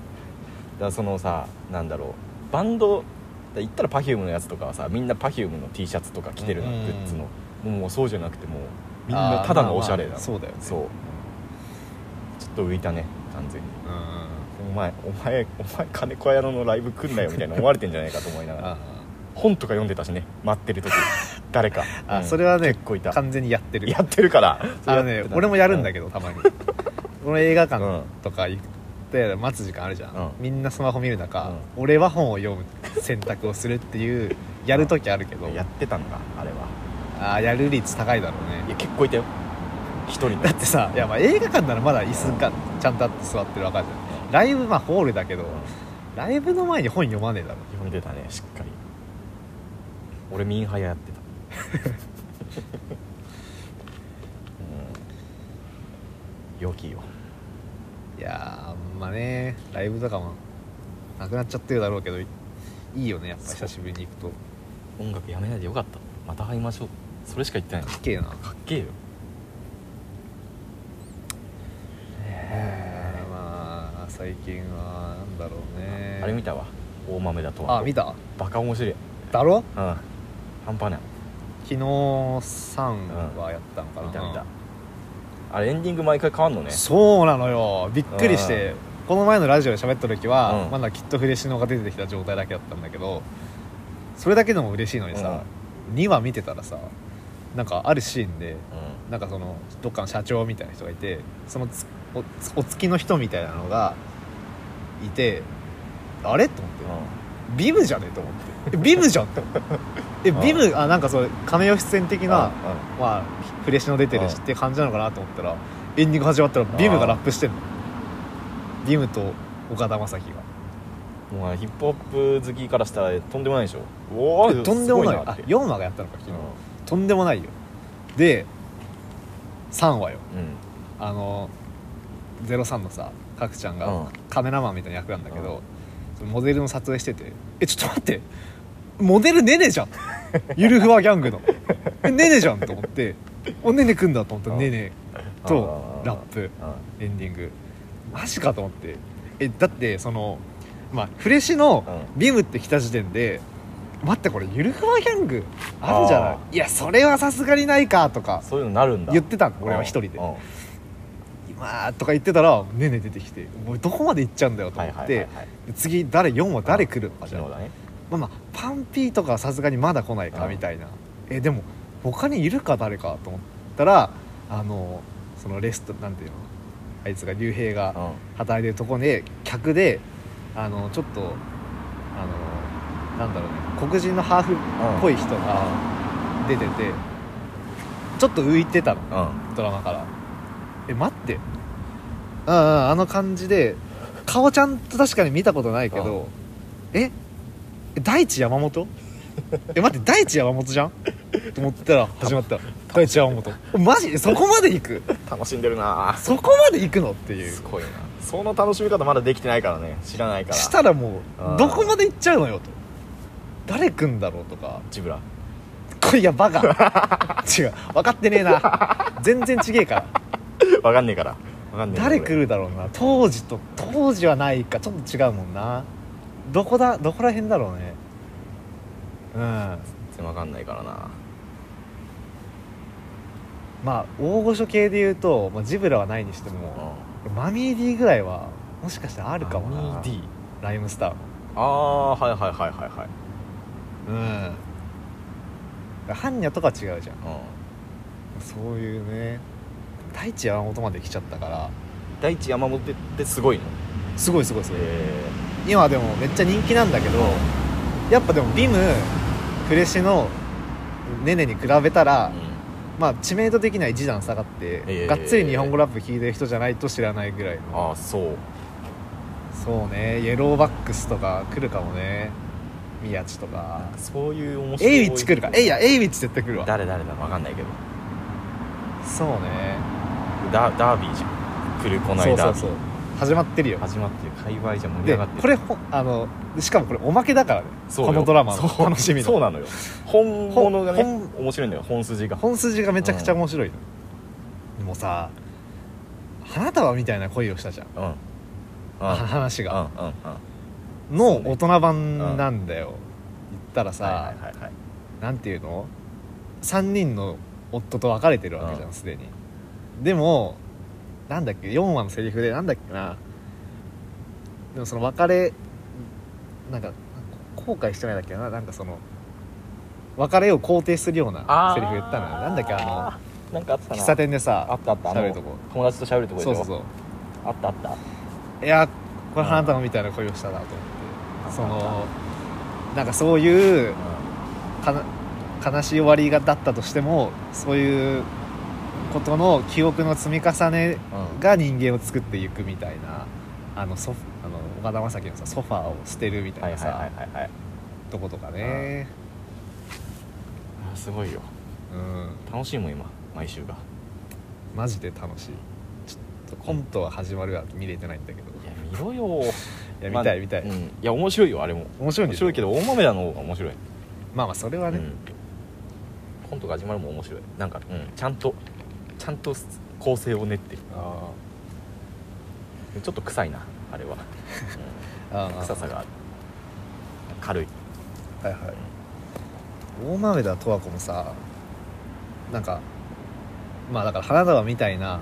[SPEAKER 2] らそのさなんだろうバンド言ったら Perfume のやつとかはさみんな Perfume の T シャツとか着てるの、
[SPEAKER 1] うんうんうん
[SPEAKER 2] グッズのもうそうじゃなくてもうみんなただのおしゃれ
[SPEAKER 1] あーまあまあ
[SPEAKER 2] だ
[SPEAKER 1] そうだよね
[SPEAKER 2] そうちょっと浮いたね完全に
[SPEAKER 1] うんあ
[SPEAKER 2] お前お前お前金子屋のライブ来んなよみたいな思われてんじゃないかと思いながら
[SPEAKER 1] あ
[SPEAKER 2] 本とか読んでたしね待ってる時誰か
[SPEAKER 1] (laughs) あ
[SPEAKER 2] うん
[SPEAKER 1] それはね
[SPEAKER 2] 結構いた
[SPEAKER 1] 完全にやってる
[SPEAKER 2] やってるから
[SPEAKER 1] あのね俺もやるんだ
[SPEAKER 2] け
[SPEAKER 1] けどたまに俺映画館とか行って待つ時間あるじゃん、
[SPEAKER 2] うん
[SPEAKER 1] みんなスマホ見る中、俺は本を読む選択をするっていうやる時あるけど、
[SPEAKER 2] やってたんだあれは
[SPEAKER 1] あーやる率高いだろうね
[SPEAKER 2] いや結構いたよ一人
[SPEAKER 1] だ
[SPEAKER 2] で
[SPEAKER 1] ってさいやまあ映画館ならまだ椅子がちゃんとあって座ってるわかるじゃんライブまあホールだけどライブの前に本読まねえだろ
[SPEAKER 2] 読んでたねしっかり俺ミンハヤやってた (laughs) うん良きよ
[SPEAKER 1] いやーまあねライブとかもなくなっちゃってるだろうけどいいいよねやっぱ
[SPEAKER 2] そう
[SPEAKER 1] 久しぶりに行くとか
[SPEAKER 2] 音楽やめないでよかったまた会いましょうそれしか言ってないのか
[SPEAKER 1] っけえな
[SPEAKER 2] っけえよ
[SPEAKER 1] えーまあ最近はなんだろうね
[SPEAKER 2] あれ見たわ大豆だとは
[SPEAKER 1] あ見た
[SPEAKER 2] バカ面白いうん
[SPEAKER 1] だろ
[SPEAKER 2] 半端ない
[SPEAKER 1] 昨日サンはやったのかな、
[SPEAKER 2] 見た見たあれエンディング毎回変わんのね
[SPEAKER 1] そうなのよびっくりしてこの前のラジオで喋った時は、
[SPEAKER 2] うん
[SPEAKER 1] まだきっとフレシノが出てきた状態だけだったんだけどそれだけでも嬉しいのにさ、2話見てたらさなんかあるシーンで
[SPEAKER 2] う
[SPEAKER 1] なんかそのどっかの社長みたいな人がいてそのつおつお付きの人みたいなのがいてあれと思って
[SPEAKER 2] んうん
[SPEAKER 1] ビムじゃねえと思ってえビムじゃんって思ってえビムあなんかそう亀吉戦的な、まあ、フレッシュの出てるし
[SPEAKER 2] うん
[SPEAKER 1] って感じなのかなと思ったらエンディング始まったらビムがラップしてんのビムと岡田将生が
[SPEAKER 2] うんもうヒップホップ好きからしたらとんでもないでしょおお
[SPEAKER 1] とんでもないあ
[SPEAKER 2] って
[SPEAKER 1] 4話がやったのか昨
[SPEAKER 2] う
[SPEAKER 1] 日、とんでもないよで3話よ
[SPEAKER 2] んうん
[SPEAKER 1] あの03のさ角ちゃんが、
[SPEAKER 2] うん
[SPEAKER 1] カメラマンみたいな役なんだけど、そのモデルの撮影してて「えちょっと待ってモデルねねじ
[SPEAKER 2] (laughs)
[SPEAKER 1] ゃんゆるふわギャングのえねねじゃん」と思って「おねねくんだ」と思って
[SPEAKER 2] うん
[SPEAKER 1] ねねとラップ
[SPEAKER 2] う
[SPEAKER 1] エンディングマジかと思ってえだってそのまあフレシの
[SPEAKER 2] う
[SPEAKER 1] ビムって来た時点で、待ってこれゆるふわギャングあるじゃな
[SPEAKER 2] あ
[SPEAKER 1] いいやそれはさすがにないかとか
[SPEAKER 2] んそういうのなるんだ
[SPEAKER 1] 言ってたの俺は一人で
[SPEAKER 2] うんうん
[SPEAKER 1] 「今」とか言ってたらねね出てきて「おいどこまで行っちゃうんだよ」と
[SPEAKER 2] はい
[SPEAKER 1] 思
[SPEAKER 2] は
[SPEAKER 1] っ
[SPEAKER 2] いは
[SPEAKER 1] て
[SPEAKER 2] いはい
[SPEAKER 1] で次誰4は誰来るのかじゃ
[SPEAKER 2] 昨
[SPEAKER 1] ん
[SPEAKER 2] 日だね
[SPEAKER 1] まあまあパンピーとかはさすがにまだ来ないか
[SPEAKER 2] うん
[SPEAKER 1] みたいなえでも他にいるか誰かと思ったらあのそのレストなんていうのあいつが竜兵が働いてるとこで客であのちょっとあのなんだろうね黒人のハーフっ
[SPEAKER 2] うん
[SPEAKER 1] ぽい人が出ててちょっと浮いてたの
[SPEAKER 2] うん
[SPEAKER 1] ドラマからえ待ってうんうんあの感じで顔ちゃんと確かに見たことないけどええ大地山本え待って大地山本じゃんと思ったら始まった大地山本マジそこまで行く
[SPEAKER 2] 楽しんでるな
[SPEAKER 1] そこまで行くのっていう
[SPEAKER 2] すごいなその楽しみ方まだできてないからね知らないから
[SPEAKER 1] したらも
[SPEAKER 2] あ
[SPEAKER 1] う
[SPEAKER 2] ー
[SPEAKER 1] どこまで行っちゃうのよと誰来んだろうとか
[SPEAKER 2] ジブラ
[SPEAKER 1] これいやバカ違う分かってねえな全然違えから
[SPEAKER 2] (laughs) わかんねえからわかんねえな
[SPEAKER 1] 誰来
[SPEAKER 2] こ
[SPEAKER 1] るだろうな当時と当時はないかちょっと違うもんなどこだどこら辺だろうねうん
[SPEAKER 2] れ全然わかんないからな
[SPEAKER 1] まあ大御所系で言うと、まあ、ジブラはないにしてもマミー D ぐらいはもしかしたらあ
[SPEAKER 2] あ
[SPEAKER 1] るかもな
[SPEAKER 2] ミー D
[SPEAKER 1] ライムスターも
[SPEAKER 2] ああーはいはいはいはいはい
[SPEAKER 1] うん般若とか違うじゃん
[SPEAKER 2] うん
[SPEAKER 1] そういうね大地山本まで来ちゃったから
[SPEAKER 2] 大地山本ってすごいの
[SPEAKER 1] すごいすごいすごい
[SPEAKER 2] え
[SPEAKER 1] 今でもめっちゃ人気なんだけどやっぱでもビムフレッシュのネネに比べたら、まあ知名度的には一段下がって、
[SPEAKER 2] ええ
[SPEAKER 1] がっつり日本語ラップ聴いてる人じゃないと知らないぐらいの
[SPEAKER 2] ああそう
[SPEAKER 1] そうねイエローバックスとか来るかもね宮地とか
[SPEAKER 2] そういう面白い
[SPEAKER 1] エイウィッチ来るかえいやエイウィッチ絶対来るわ
[SPEAKER 2] 誰誰だわかんないけど
[SPEAKER 1] そうね
[SPEAKER 2] ダダービーじゃん来るこない
[SPEAKER 1] そうそ
[SPEAKER 2] ダ
[SPEAKER 1] う
[SPEAKER 2] ービ
[SPEAKER 1] そう
[SPEAKER 2] ー
[SPEAKER 1] 始まってるよ
[SPEAKER 2] 始まってる界隈じゃ盛り
[SPEAKER 1] で
[SPEAKER 2] 上がってる
[SPEAKER 1] これほあのしかもこれおまけだからね
[SPEAKER 2] そうよ
[SPEAKER 1] このドラマの
[SPEAKER 2] そう
[SPEAKER 1] 楽しみの
[SPEAKER 2] そうなのよ本物がね
[SPEAKER 1] 本
[SPEAKER 2] 面白いんだよ本筋が
[SPEAKER 1] 本筋がめちゃくちゃ面白いの、でもさ花束みたいな恋をしたじゃん、
[SPEAKER 2] うんうん
[SPEAKER 1] は話
[SPEAKER 2] うんうん
[SPEAKER 1] が、
[SPEAKER 2] うん
[SPEAKER 1] の大人版なんだよ、言ったらさ、
[SPEAKER 2] はいはいはいはい
[SPEAKER 1] なんていうの3人の夫と別れてるわけじゃ
[SPEAKER 2] うんん
[SPEAKER 1] すでにでもなんだっけ4話のセリフでなんだっけなでもその別れなんか後悔してないだっけななんかその別れを肯定するような
[SPEAKER 2] あー
[SPEAKER 1] セリフ言ったのよなんだっけあ
[SPEAKER 2] なんかあった
[SPEAKER 1] の
[SPEAKER 2] な
[SPEAKER 1] 喫茶店で
[SPEAKER 2] あ
[SPEAKER 1] さ
[SPEAKER 2] ったあったあ
[SPEAKER 1] 喋る
[SPEAKER 2] の
[SPEAKER 1] とこ
[SPEAKER 2] 友達と喋るとこで
[SPEAKER 1] そ
[SPEAKER 2] しょ
[SPEAKER 1] うそうそう
[SPEAKER 2] あったあった
[SPEAKER 1] いやこれ花束みたいな恋をしたなと思ってそのなんかそういうかな悲しい終わりがだったとしてもそういうことの記憶の積み重ね
[SPEAKER 2] うん
[SPEAKER 1] が人間を作っていくみたいなあのソフあの岡田将生のさソファーを捨てるみた
[SPEAKER 2] はいいはい
[SPEAKER 1] な
[SPEAKER 2] は
[SPEAKER 1] さ、
[SPEAKER 2] いはいはい
[SPEAKER 1] とことかね
[SPEAKER 2] あすごいよ
[SPEAKER 1] うん
[SPEAKER 2] 楽しいもん今毎週が
[SPEAKER 1] マジで楽しいちょっとコントは始まるは見れてないんだけど
[SPEAKER 2] いや見ろよ
[SPEAKER 1] いや見たい見たい、
[SPEAKER 2] うんいや面白いよあれも
[SPEAKER 1] 面白いん
[SPEAKER 2] 面
[SPEAKER 1] でしょ
[SPEAKER 2] 白いけど大豆だの方が面白い
[SPEAKER 1] まあまあそれはね、
[SPEAKER 2] うんコントが始まるも面白いなんか、うん、ちゃんとちゃんと構成を練ってる
[SPEAKER 1] あ
[SPEAKER 2] ちょっと臭いなあ (laughs) れは、
[SPEAKER 1] あ
[SPEAKER 2] うん
[SPEAKER 1] ー
[SPEAKER 2] 臭さがある軽い
[SPEAKER 1] はいはい大豆田十和子もさなんかまあだから花束みたいな
[SPEAKER 2] う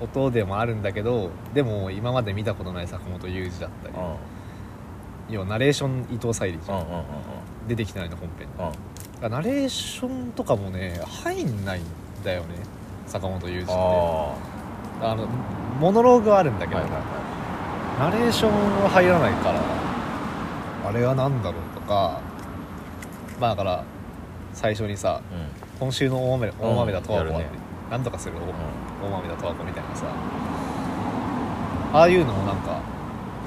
[SPEAKER 1] ことでもあるんだけどでも今まで見たことない坂本雄二だったり
[SPEAKER 2] んうん
[SPEAKER 1] 要はナレーション伊藤沙莉じ
[SPEAKER 2] う
[SPEAKER 1] ゃ
[SPEAKER 2] ん
[SPEAKER 1] ん、
[SPEAKER 2] うんうん
[SPEAKER 1] 出てきてないの本編
[SPEAKER 2] うんうん
[SPEAKER 1] でナレーションとかもね入んないんだよね坂本雄二ってあ
[SPEAKER 2] あ
[SPEAKER 1] のモノローグはあるんだ
[SPEAKER 2] あ
[SPEAKER 1] けど、
[SPEAKER 2] はいはいは
[SPEAKER 1] ナレーションは入らないからあれは何だろうとかまあだから最初にさ
[SPEAKER 2] いうんうん
[SPEAKER 1] 今週の大豆大豆だとは
[SPEAKER 2] やるね
[SPEAKER 1] なんとかする大豆だとはこみたいなさああいうのもなんか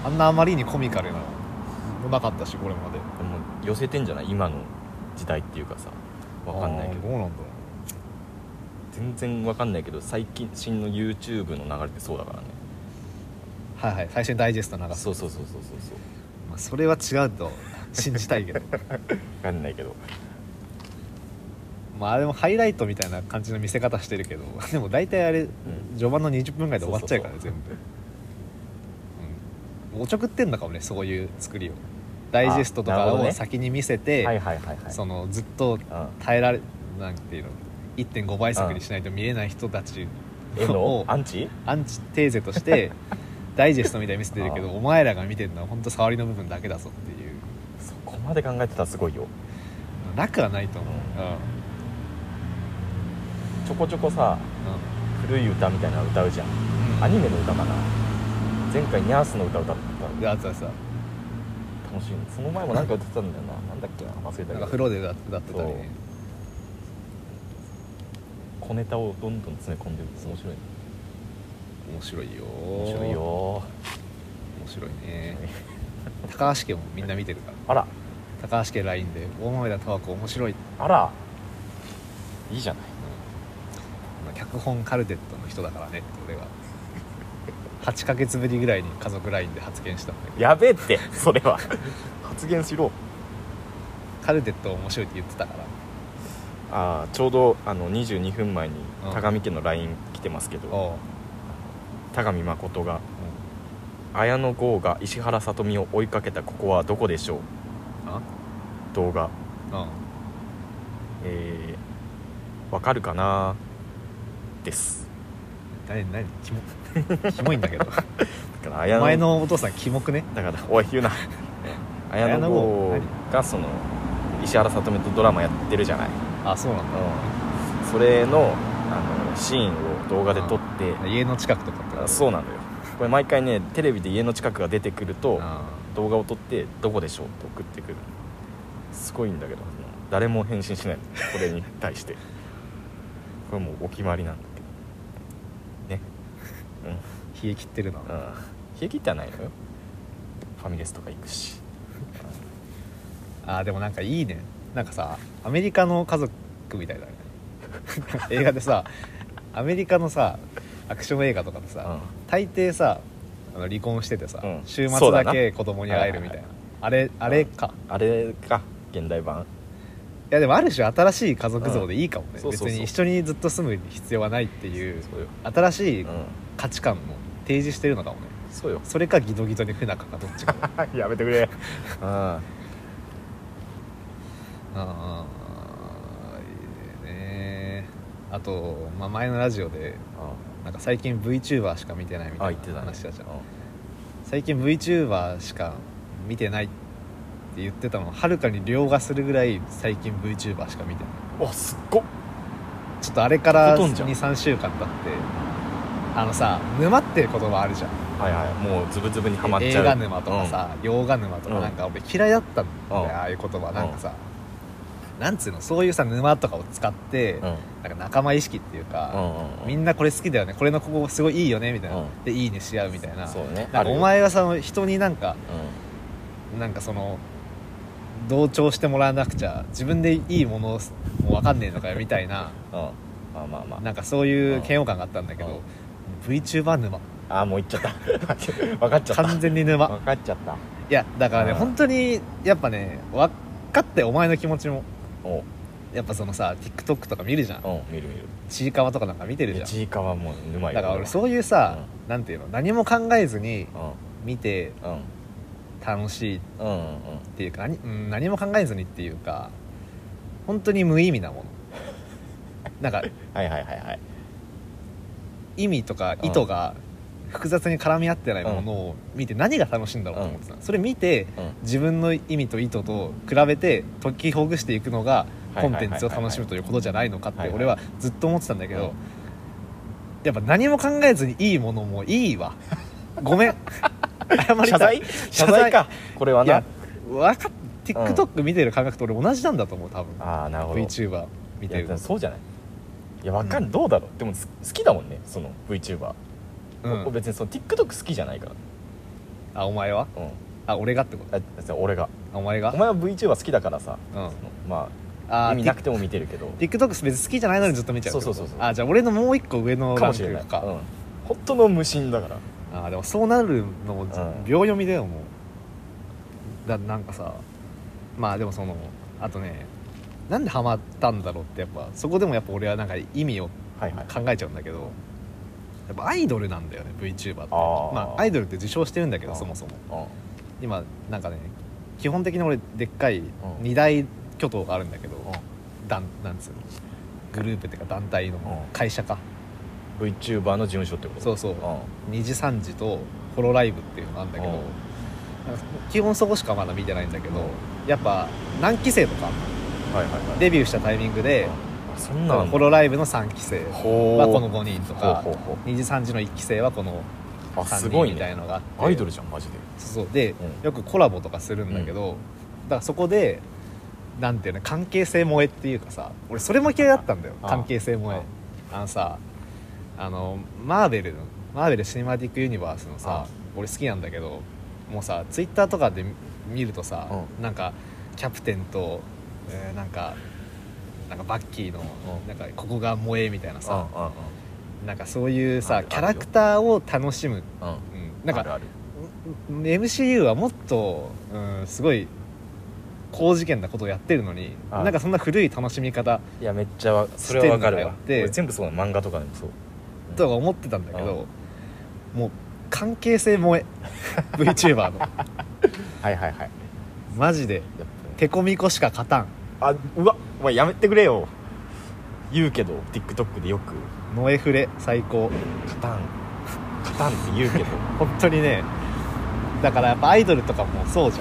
[SPEAKER 1] あんなあまりにコミカルなのもなかったしこれまで
[SPEAKER 2] でも寄せてんじゃない今の時代っていうかさわかんない
[SPEAKER 1] あ
[SPEAKER 2] け
[SPEAKER 1] ー
[SPEAKER 2] ど
[SPEAKER 1] どうなんだろ
[SPEAKER 2] 全然わかんないけど最近新の YouTube の流れってそうだからね
[SPEAKER 1] うはいはい最初にダイジェスト流す
[SPEAKER 2] そうそうそうそうそうそう
[SPEAKER 1] まあ、それは違うと信じたいけど (laughs)
[SPEAKER 2] わかんないけど
[SPEAKER 1] まあでもハイライトみたいな感じの見せ方してるけど (laughs) でも大体あれ序盤の20分ぐらいで終わっちゃうからね
[SPEAKER 2] そ
[SPEAKER 1] 全
[SPEAKER 2] うそう
[SPEAKER 1] 部うんおちょくってんのかもねそういう作りをダイジェストと
[SPEAKER 2] な
[SPEAKER 1] か
[SPEAKER 2] るほど
[SPEAKER 1] を
[SPEAKER 2] ね
[SPEAKER 1] 先に見せて、
[SPEAKER 2] はいはいはいはい
[SPEAKER 1] そのずっと
[SPEAKER 2] うん
[SPEAKER 1] 耐えられなんていうの1.5倍速にしないと見えない人たち
[SPEAKER 2] 絵
[SPEAKER 1] を
[SPEAKER 2] (laughs) のアンチ
[SPEAKER 1] アンチテーゼとして (laughs) ダイジェストみたいに見せてるけど
[SPEAKER 2] あ
[SPEAKER 1] お前らが見てるのは本当触りの部分だけだぞっていう
[SPEAKER 2] そこまで考えてたらすごいよ
[SPEAKER 1] なくはないと思う、
[SPEAKER 2] う
[SPEAKER 1] うん
[SPEAKER 2] ちょこちょこさ古い歌みたいなの歌うじゃん
[SPEAKER 1] うん
[SPEAKER 2] アニメの歌かな前回ニャースの歌歌った
[SPEAKER 1] であとはさ
[SPEAKER 2] 楽しいねその前もなんか歌ってたんだよななんだっけな忘れ
[SPEAKER 1] なん
[SPEAKER 2] た
[SPEAKER 1] か
[SPEAKER 2] け
[SPEAKER 1] 風
[SPEAKER 2] ど
[SPEAKER 1] 呂で歌ってたりね
[SPEAKER 2] 小ネタをどんどん詰め込んでる面白いね
[SPEAKER 1] 面白いよ面
[SPEAKER 2] 面白いよ
[SPEAKER 1] 面白いね高橋家もみんな見てるか
[SPEAKER 2] あら
[SPEAKER 1] ら高橋家 LINE で「大豆田十和子面白い」
[SPEAKER 2] あらいいじゃない
[SPEAKER 1] まあ脚本カルテットの人だからねって俺が8ヶ月ぶりぐらいに家族 LINE で発言したんだけど
[SPEAKER 2] やべえってそれ
[SPEAKER 1] (laughs)
[SPEAKER 2] は発言しろ
[SPEAKER 1] カルテット面白いって言ってたから
[SPEAKER 2] ああちょうどあの22分前に
[SPEAKER 1] うん
[SPEAKER 2] 高見家の LINE 来てますけど
[SPEAKER 1] おう、
[SPEAKER 2] 高見誠が「綾野剛が石原さとみを追いかけたここはどこでしょう?
[SPEAKER 1] あ」
[SPEAKER 2] 動画
[SPEAKER 1] うん
[SPEAKER 2] えー、わかるかなです
[SPEAKER 1] 何何キモ (laughs) キモいんだけど
[SPEAKER 2] だから綾
[SPEAKER 1] お前のお父さんキモくね
[SPEAKER 2] だからおい言う (laughs) な綾
[SPEAKER 1] 綾野
[SPEAKER 2] 野
[SPEAKER 1] 剛
[SPEAKER 2] 剛がその石原さとみとドラマやってるじゃない、
[SPEAKER 1] あそうなんだ
[SPEAKER 2] それのあのシーンを動画で撮って、
[SPEAKER 1] 家の近くとかってこ
[SPEAKER 2] あ
[SPEAKER 1] と
[SPEAKER 2] そうなのよこれ毎回ねテレビで家の近くが出てくると
[SPEAKER 1] あ
[SPEAKER 2] 動画を撮って「どこでしょう?」って送ってくるすごいんだけどその誰も返信しないのこれに対してこれもうお決まりなんだけどねうん
[SPEAKER 1] ー冷え切ってるな、
[SPEAKER 2] うん冷え切ってはないのよファミレスとか行くし
[SPEAKER 1] あーでもなんかいいねなんかさアメリカの家族みたいだ
[SPEAKER 2] (laughs)
[SPEAKER 1] ね映画でさアメリカのさアクション映画とかでさ、
[SPEAKER 2] うん
[SPEAKER 1] 大抵さあの離婚しててさ、
[SPEAKER 2] うん
[SPEAKER 1] 週
[SPEAKER 2] そ
[SPEAKER 1] 末
[SPEAKER 2] うだ
[SPEAKER 1] だ
[SPEAKER 2] な
[SPEAKER 1] け子供に会えるみたいな、あれあれか、い
[SPEAKER 2] あれか現代版
[SPEAKER 1] やでもある種新しい家族像でいいかもね、
[SPEAKER 2] うんそうそうそう
[SPEAKER 1] 別に一緒にずっと住む必要はないっていう
[SPEAKER 2] そうよ、
[SPEAKER 1] 新し
[SPEAKER 2] う
[SPEAKER 1] い
[SPEAKER 2] ん、
[SPEAKER 1] 価値観も提示してるのかもね
[SPEAKER 2] そう
[SPEAKER 1] (laughs)
[SPEAKER 2] よ
[SPEAKER 1] それかギドギドに不仲かどっちか
[SPEAKER 2] やめてくれうん
[SPEAKER 1] ああいいねあと、まあ、前のラジオでなんか最近 VTuber しか見てないみ
[SPEAKER 2] あ
[SPEAKER 1] た
[SPEAKER 2] 言
[SPEAKER 1] い
[SPEAKER 2] ってた
[SPEAKER 1] な
[SPEAKER 2] ね
[SPEAKER 1] 話だじゃん、
[SPEAKER 2] うん
[SPEAKER 1] 最近 VTuber しか見てないって言ってたのはるかに凌駕するぐらい最近 VTuber しか見てない
[SPEAKER 2] おすっごっ
[SPEAKER 1] ちょっとあれから
[SPEAKER 2] ほとんどじゃん
[SPEAKER 1] 23週間経ってあのさ沼ってる言葉あるじゃん
[SPEAKER 2] はいはいもうズブズブにはまっちゃう
[SPEAKER 1] 映画沼とかさ、洋画沼と
[SPEAKER 2] う
[SPEAKER 1] か
[SPEAKER 2] ん
[SPEAKER 1] なんか俺嫌いだったんだよ、
[SPEAKER 2] うん
[SPEAKER 1] ああいう言葉なんかさ、なんつうのそういうさ沼とかを使って、
[SPEAKER 2] うん、うん
[SPEAKER 1] なんか仲間意識っていう
[SPEAKER 2] う
[SPEAKER 1] か、
[SPEAKER 2] んうんうん、
[SPEAKER 1] みんなこれ好きだよねこれのここすごいいいよねみたいな、
[SPEAKER 2] うん
[SPEAKER 1] でいいねし合うみたいな
[SPEAKER 2] そうね
[SPEAKER 1] なんか
[SPEAKER 2] ある
[SPEAKER 1] お前はさ人になんかなんかその同調してもらわなくちゃ自分でいいものもわかんねえのかよみたいな
[SPEAKER 2] うん、うん、まあまあま
[SPEAKER 1] なんかそういう嫌悪感があったんだけど、VTuber 沼
[SPEAKER 2] ああーもう行っちゃった (laughs) 分かっちゃった
[SPEAKER 1] 完全に沼
[SPEAKER 2] 分かっちゃった
[SPEAKER 1] いやだからね
[SPEAKER 2] うん
[SPEAKER 1] 本当にやっぱね分かってお前の気持ちも
[SPEAKER 2] おう
[SPEAKER 1] やっぱそのさ TikTok とか見るじゃん
[SPEAKER 2] うん見る見る
[SPEAKER 1] ちいかわとかなんか見てるじゃん
[SPEAKER 2] ちいかわもう沼よ
[SPEAKER 1] だから俺そういうさ、
[SPEAKER 2] う
[SPEAKER 1] なんていうの何も考えずに
[SPEAKER 2] うん
[SPEAKER 1] 見て
[SPEAKER 2] うんうん
[SPEAKER 1] 楽しいっ
[SPEAKER 2] うんうん
[SPEAKER 1] ていうか何,、うん、何も考えずにっていうか本当に無意味なものなんか
[SPEAKER 2] はいはいはいはい
[SPEAKER 1] 意味とか
[SPEAKER 2] うん
[SPEAKER 1] 意図が複雑に絡み合ってないものを見て何が楽しいんだろうと思ってた、それ見て
[SPEAKER 2] うん
[SPEAKER 1] 自分の意味と意図と比べて解きほぐしていくのが
[SPEAKER 2] はい
[SPEAKER 1] コ
[SPEAKER 2] はい
[SPEAKER 1] ン
[SPEAKER 2] はいは
[SPEAKER 1] テ
[SPEAKER 2] い
[SPEAKER 1] ンツを楽しむということじゃないのかっ
[SPEAKER 2] はい
[SPEAKER 1] て
[SPEAKER 2] はい
[SPEAKER 1] 俺はずっと思ってたんだけ
[SPEAKER 2] うん
[SPEAKER 1] どやっぱ何も考えずにいいものもい
[SPEAKER 2] (laughs)
[SPEAKER 1] いわごめん謝りたい
[SPEAKER 2] 謝罪謝罪かこれはい
[SPEAKER 1] や
[SPEAKER 2] な
[SPEAKER 1] 分かっ TikTok 見てる感覚と俺同じなんだと思う多分
[SPEAKER 2] ああなるほど
[SPEAKER 1] VTuber 見て
[SPEAKER 2] いや
[SPEAKER 1] る
[SPEAKER 2] でもそうじゃないいやわかん、
[SPEAKER 1] うん
[SPEAKER 2] どうだろうでもす好きだもんねその VTuber、
[SPEAKER 1] う
[SPEAKER 2] 僕
[SPEAKER 1] ん
[SPEAKER 2] 別にその TikTok 好きじゃないか
[SPEAKER 1] あお前は
[SPEAKER 2] ら、うん、
[SPEAKER 1] あ俺がってこと
[SPEAKER 2] あじゃあ俺が
[SPEAKER 1] あお前が
[SPEAKER 2] お前は VTuber 好きだからさ、
[SPEAKER 1] うん
[SPEAKER 2] そのまあ
[SPEAKER 1] あ
[SPEAKER 2] 意味なくても見てるけど
[SPEAKER 1] TikTok 別に好きじゃないのにずっと見ちゃうってこと
[SPEAKER 2] そうそうそうそう
[SPEAKER 1] あじゃあ俺のもう一個上の
[SPEAKER 2] か
[SPEAKER 1] ラ
[SPEAKER 2] も
[SPEAKER 1] ン
[SPEAKER 2] し
[SPEAKER 1] ク
[SPEAKER 2] れない、うん
[SPEAKER 1] か、、
[SPEAKER 2] 本当の無心だから
[SPEAKER 1] あーでもそうなるのも
[SPEAKER 2] ん
[SPEAKER 1] 秒読みだよもうだなんかさまあでもそのあとねなんでハマったんだろうってやっぱそこでもやっぱ俺はなんか意味を
[SPEAKER 2] はいはい
[SPEAKER 1] 考えちゃうんだけどやっぱアイドルなんだよね VTuber って
[SPEAKER 2] あー
[SPEAKER 1] まあ、アイドルって自称してるんだけ
[SPEAKER 2] う
[SPEAKER 1] ど
[SPEAKER 2] ん
[SPEAKER 1] そもそも
[SPEAKER 2] うん
[SPEAKER 1] 今なんかね基本的に俺でっかい
[SPEAKER 2] ん
[SPEAKER 1] 2大巨頭があるんだけど、
[SPEAKER 2] う
[SPEAKER 1] 団なんつうのグループっていうか団体の
[SPEAKER 2] ん
[SPEAKER 1] 会社か、
[SPEAKER 2] ん VTuber の事務所ってこと
[SPEAKER 1] そうそう
[SPEAKER 2] うんは
[SPEAKER 1] 2時3時とホロライブっていうのがあるんだけど、
[SPEAKER 2] うん
[SPEAKER 1] なんか基本そこしかまだ見てないんだけど、やっぱ何期生とか
[SPEAKER 2] いはいはい
[SPEAKER 1] デビューしたタイミングで
[SPEAKER 2] うん、あそんな
[SPEAKER 1] ホロライブの3期生は
[SPEAKER 2] ほ
[SPEAKER 1] この5人とか
[SPEAKER 2] ほうほうほ
[SPEAKER 1] 2時3時の1期生はこの
[SPEAKER 2] うあす
[SPEAKER 1] 3
[SPEAKER 2] ご
[SPEAKER 1] 人
[SPEAKER 2] い
[SPEAKER 1] みたい
[SPEAKER 2] ね
[SPEAKER 1] なのがあって
[SPEAKER 2] アイドルじゃんマジで
[SPEAKER 1] そうそうで、
[SPEAKER 2] うん
[SPEAKER 1] よくコラボとかするんだけど、だからそこでなんていうの関係性萌えっていうかさ俺それも嫌いだったんだよ
[SPEAKER 2] あ
[SPEAKER 1] 関係性萌えあのさあのマーベルのマーベル・シネマティック・ユニバースのさ
[SPEAKER 2] あ
[SPEAKER 1] 俺好きなんだけどもうさツイッターとかで見るとさ、なんかキャプテンと、えーなんかなんかバッキーの、
[SPEAKER 2] うん
[SPEAKER 1] なんかここが萌えみたいなさ、
[SPEAKER 2] うんうん
[SPEAKER 1] なんかそういう
[SPEAKER 2] あ
[SPEAKER 1] さ
[SPEAKER 2] る
[SPEAKER 1] キャラクターを楽しむ、
[SPEAKER 2] うんう
[SPEAKER 1] う
[SPEAKER 2] ん
[SPEAKER 1] ん、なんか
[SPEAKER 2] あるある
[SPEAKER 1] うん MCU はもっと、うん、すごい高次元なことをやってるのに
[SPEAKER 2] ああ
[SPEAKER 1] なんかそんな古い楽しみ方
[SPEAKER 2] いやめっちゃわそれはわかるわ
[SPEAKER 1] してんだよって
[SPEAKER 2] 俺全部そうなの漫画とかでもそう
[SPEAKER 1] とか思ってたんだけど、もう関係性萌え VTuber の
[SPEAKER 2] はいはいはい
[SPEAKER 1] マジで
[SPEAKER 2] やっ
[SPEAKER 1] 手こみこしか勝たん
[SPEAKER 2] ぱりあうわお前やめてくれよ言うけど TikTok でよく
[SPEAKER 1] ノエフレ最高
[SPEAKER 2] 「カタン」「カタン」って (laughs) 言うけど
[SPEAKER 1] 本当にねだからやっぱアイドルとかもそうじ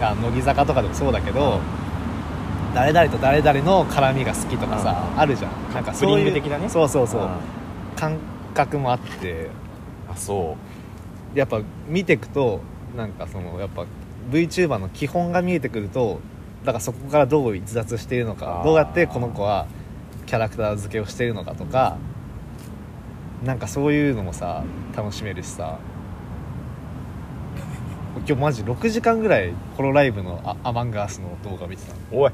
[SPEAKER 1] ゃんあ乃木坂とかでもそうだけど、誰々と誰々の絡みが好きとかさ、
[SPEAKER 2] う
[SPEAKER 1] あるじゃんなんかそうい
[SPEAKER 2] カップリ
[SPEAKER 1] う
[SPEAKER 2] ング的なね
[SPEAKER 1] そうそうそう、
[SPEAKER 2] ん
[SPEAKER 1] 感覚もあって
[SPEAKER 2] あそ
[SPEAKER 1] やっぱ見てくとなんかそのやっぱ VTuber の基本が見えてくるとだからそこからどう逸脱しているのか
[SPEAKER 2] あー
[SPEAKER 1] どうやってこの子はキャラクター付けをしているのかとかなんかそういうのもさ楽しめるしさ今日マジ6時間ぐらいホロライブのアアマンガースの動画見てたの
[SPEAKER 2] うおい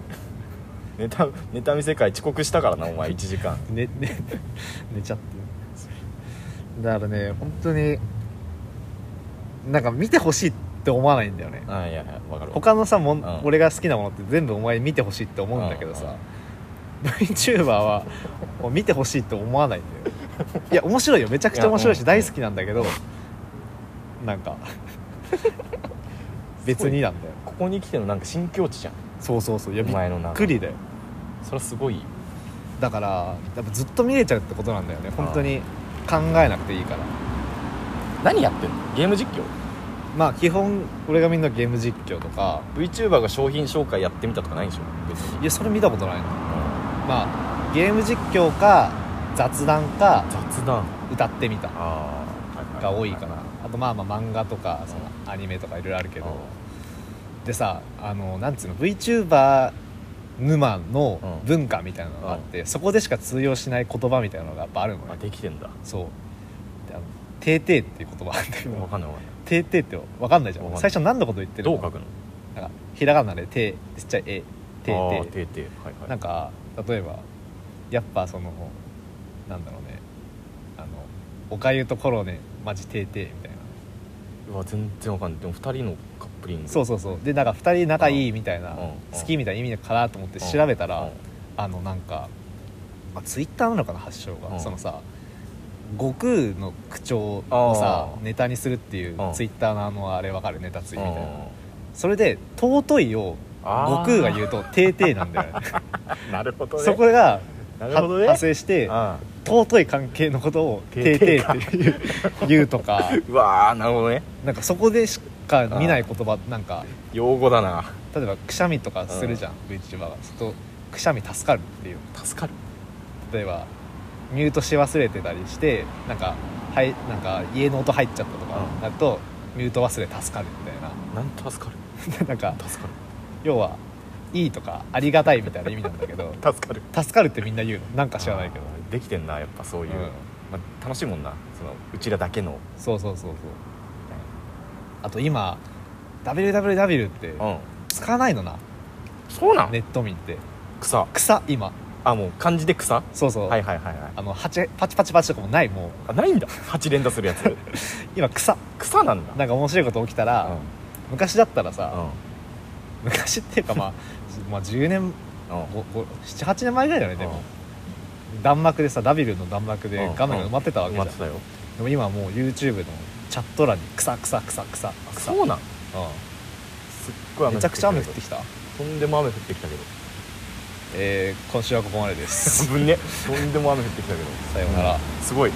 [SPEAKER 2] ネタネタ見世界遅刻したからなお前1時間
[SPEAKER 1] 寝寝 (laughs) 寝ちゃってだからね本当になんか見てほしいって思わないんだよね
[SPEAKER 2] あいやいやわかるわ
[SPEAKER 1] 他のさもん、
[SPEAKER 2] うん
[SPEAKER 1] 俺が好きなものって全部お前見てほしいって思うんだけどさ、VTuber はもう見てほしいって思わないんだよいや面白いよめちゃくちゃ面白い
[SPEAKER 2] い
[SPEAKER 1] し
[SPEAKER 2] や
[SPEAKER 1] 大好きなんだけどなんか別になんだよ
[SPEAKER 2] ここに来てのなんか新境地じゃん
[SPEAKER 1] そうそうそういや
[SPEAKER 2] お
[SPEAKER 1] び
[SPEAKER 2] 前の
[SPEAKER 1] っ
[SPEAKER 2] 中
[SPEAKER 1] くりだよ
[SPEAKER 2] それはすごいよ
[SPEAKER 1] だからやっぱずっと見れちゃうってことなんだよね本当に考えなくていいから
[SPEAKER 2] 何やってんのゲーム実況
[SPEAKER 1] まあ基本俺がみんなゲーム実況とか
[SPEAKER 2] VTuber が商品紹介やってみたとかないでしょ別に
[SPEAKER 1] いやそれ見たことないの
[SPEAKER 2] うん
[SPEAKER 1] まあゲーム実況か雑談か
[SPEAKER 2] 雑談
[SPEAKER 1] 歌ってみた
[SPEAKER 2] あ
[SPEAKER 1] が多いかな
[SPEAKER 2] あ
[SPEAKER 1] あとまあまあ漫画とかそのアニメとかいろいろあるけどでさあのなんつうの VTuber 沼の
[SPEAKER 2] うん
[SPEAKER 1] 文化みたいなのがあってそこでしか通用しない言葉みたいなのがやっぱあるの
[SPEAKER 2] あ
[SPEAKER 1] ね
[SPEAKER 2] できてんだ
[SPEAKER 1] そうであの「てーてー」っていう言葉あるんだけ
[SPEAKER 2] 分
[SPEAKER 1] ど
[SPEAKER 2] かんないわ
[SPEAKER 1] 「てーてー」って分かんないじゃ
[SPEAKER 2] わ
[SPEAKER 1] ん
[SPEAKER 2] かんない
[SPEAKER 1] 最初何のこと言ってる
[SPEAKER 2] ど
[SPEAKER 1] の
[SPEAKER 2] う書くの
[SPEAKER 1] なんかひらがなで「て」ちっちゃい「え」「てーてー」
[SPEAKER 2] てーてーはいはい
[SPEAKER 1] なんか例えばやっぱそのなんだろうねあのおかゆとコロネマジてーてーみたいな
[SPEAKER 2] うわ全然わかんないでも2人のカップリング
[SPEAKER 1] そうそうそうでなんか2人仲いいみたいな
[SPEAKER 2] うんうん
[SPEAKER 1] 好きみたいな意味かなと思って調べた
[SPEAKER 2] うん
[SPEAKER 1] らあのなんか、まあ、ツイッターなのかな発祥が、
[SPEAKER 2] うん
[SPEAKER 1] そのさ悟空の口調をさ
[SPEAKER 2] あー
[SPEAKER 1] ネタにするっていう
[SPEAKER 2] うん
[SPEAKER 1] ツイッターのあのあれわかるネタツイみたいな
[SPEAKER 2] うん
[SPEAKER 1] それで「尊い」を悟空が言うと「ていてい」なんだ
[SPEAKER 2] (laughs)
[SPEAKER 1] よね
[SPEAKER 2] なるほどね
[SPEAKER 1] そこが
[SPEAKER 2] なる
[SPEAKER 1] は
[SPEAKER 2] ほどね
[SPEAKER 1] 派生して
[SPEAKER 2] あ
[SPEAKER 1] 尊い関係のことを「ていてい」っていう言うと
[SPEAKER 2] (laughs)
[SPEAKER 1] か
[SPEAKER 2] ーうわーなるほどね
[SPEAKER 1] なんかそこでしか見ない言葉なんか
[SPEAKER 2] 用語だな
[SPEAKER 1] 例えばくしゃみとかするじゃん VTuber がするとくしゃみ助かるっていう
[SPEAKER 2] 助かる
[SPEAKER 1] 例えばミュートし忘れてたりしてなんか,、はい、なんか家の音入っちゃったとか
[SPEAKER 2] うん
[SPEAKER 1] だと、ミュート忘れ助かるみた
[SPEAKER 2] なんと助かる
[SPEAKER 1] いな (laughs) なんか
[SPEAKER 2] 助か
[SPEAKER 1] 要はいいとかありがたいみたいな意味なんだけど (laughs)
[SPEAKER 2] る助かる
[SPEAKER 1] 助かるってみんな言うのなんか知らないけど
[SPEAKER 2] あーできてんなやっぱそういう、
[SPEAKER 1] うん
[SPEAKER 2] まあ、楽しいもんなそのうちらだけの
[SPEAKER 1] そうそうそうそうあと今 WWW って
[SPEAKER 2] うん
[SPEAKER 1] 使わないのな
[SPEAKER 2] そうなん、
[SPEAKER 1] ネット民って
[SPEAKER 2] 草
[SPEAKER 1] 草今
[SPEAKER 2] あもう漢字で草
[SPEAKER 1] そうそう、
[SPEAKER 2] はいはいはいはい
[SPEAKER 1] あのハチパチパチパチとかもないもう
[SPEAKER 2] あないんだ8連打するや (laughs) つ
[SPEAKER 1] 今草
[SPEAKER 2] 草なんだ
[SPEAKER 1] なんか面白いこと起きたら、昔だったらさ、昔っていうかまあ、 (laughs) まあ10年
[SPEAKER 2] うんうん
[SPEAKER 1] 78年前ぐらいだよねでも、弾幕でさダビルの弾幕で画面が埋まってたわけじゃん、
[SPEAKER 2] 待ってたよ
[SPEAKER 1] でも今はもう YouTube のチャット欄に「草草草草
[SPEAKER 2] あ
[SPEAKER 1] 草」
[SPEAKER 2] そうなん
[SPEAKER 1] う
[SPEAKER 2] すっご
[SPEAKER 1] ん、
[SPEAKER 2] い雨
[SPEAKER 1] めちゃくちゃ雨降って
[SPEAKER 2] き
[SPEAKER 1] きた
[SPEAKER 2] たとんでも雨降ってきたけ (laughs) ど
[SPEAKER 1] えー、今週はここまでです
[SPEAKER 2] ぶんねとんでも雨降ってきたけど
[SPEAKER 1] さようなら、
[SPEAKER 2] すごい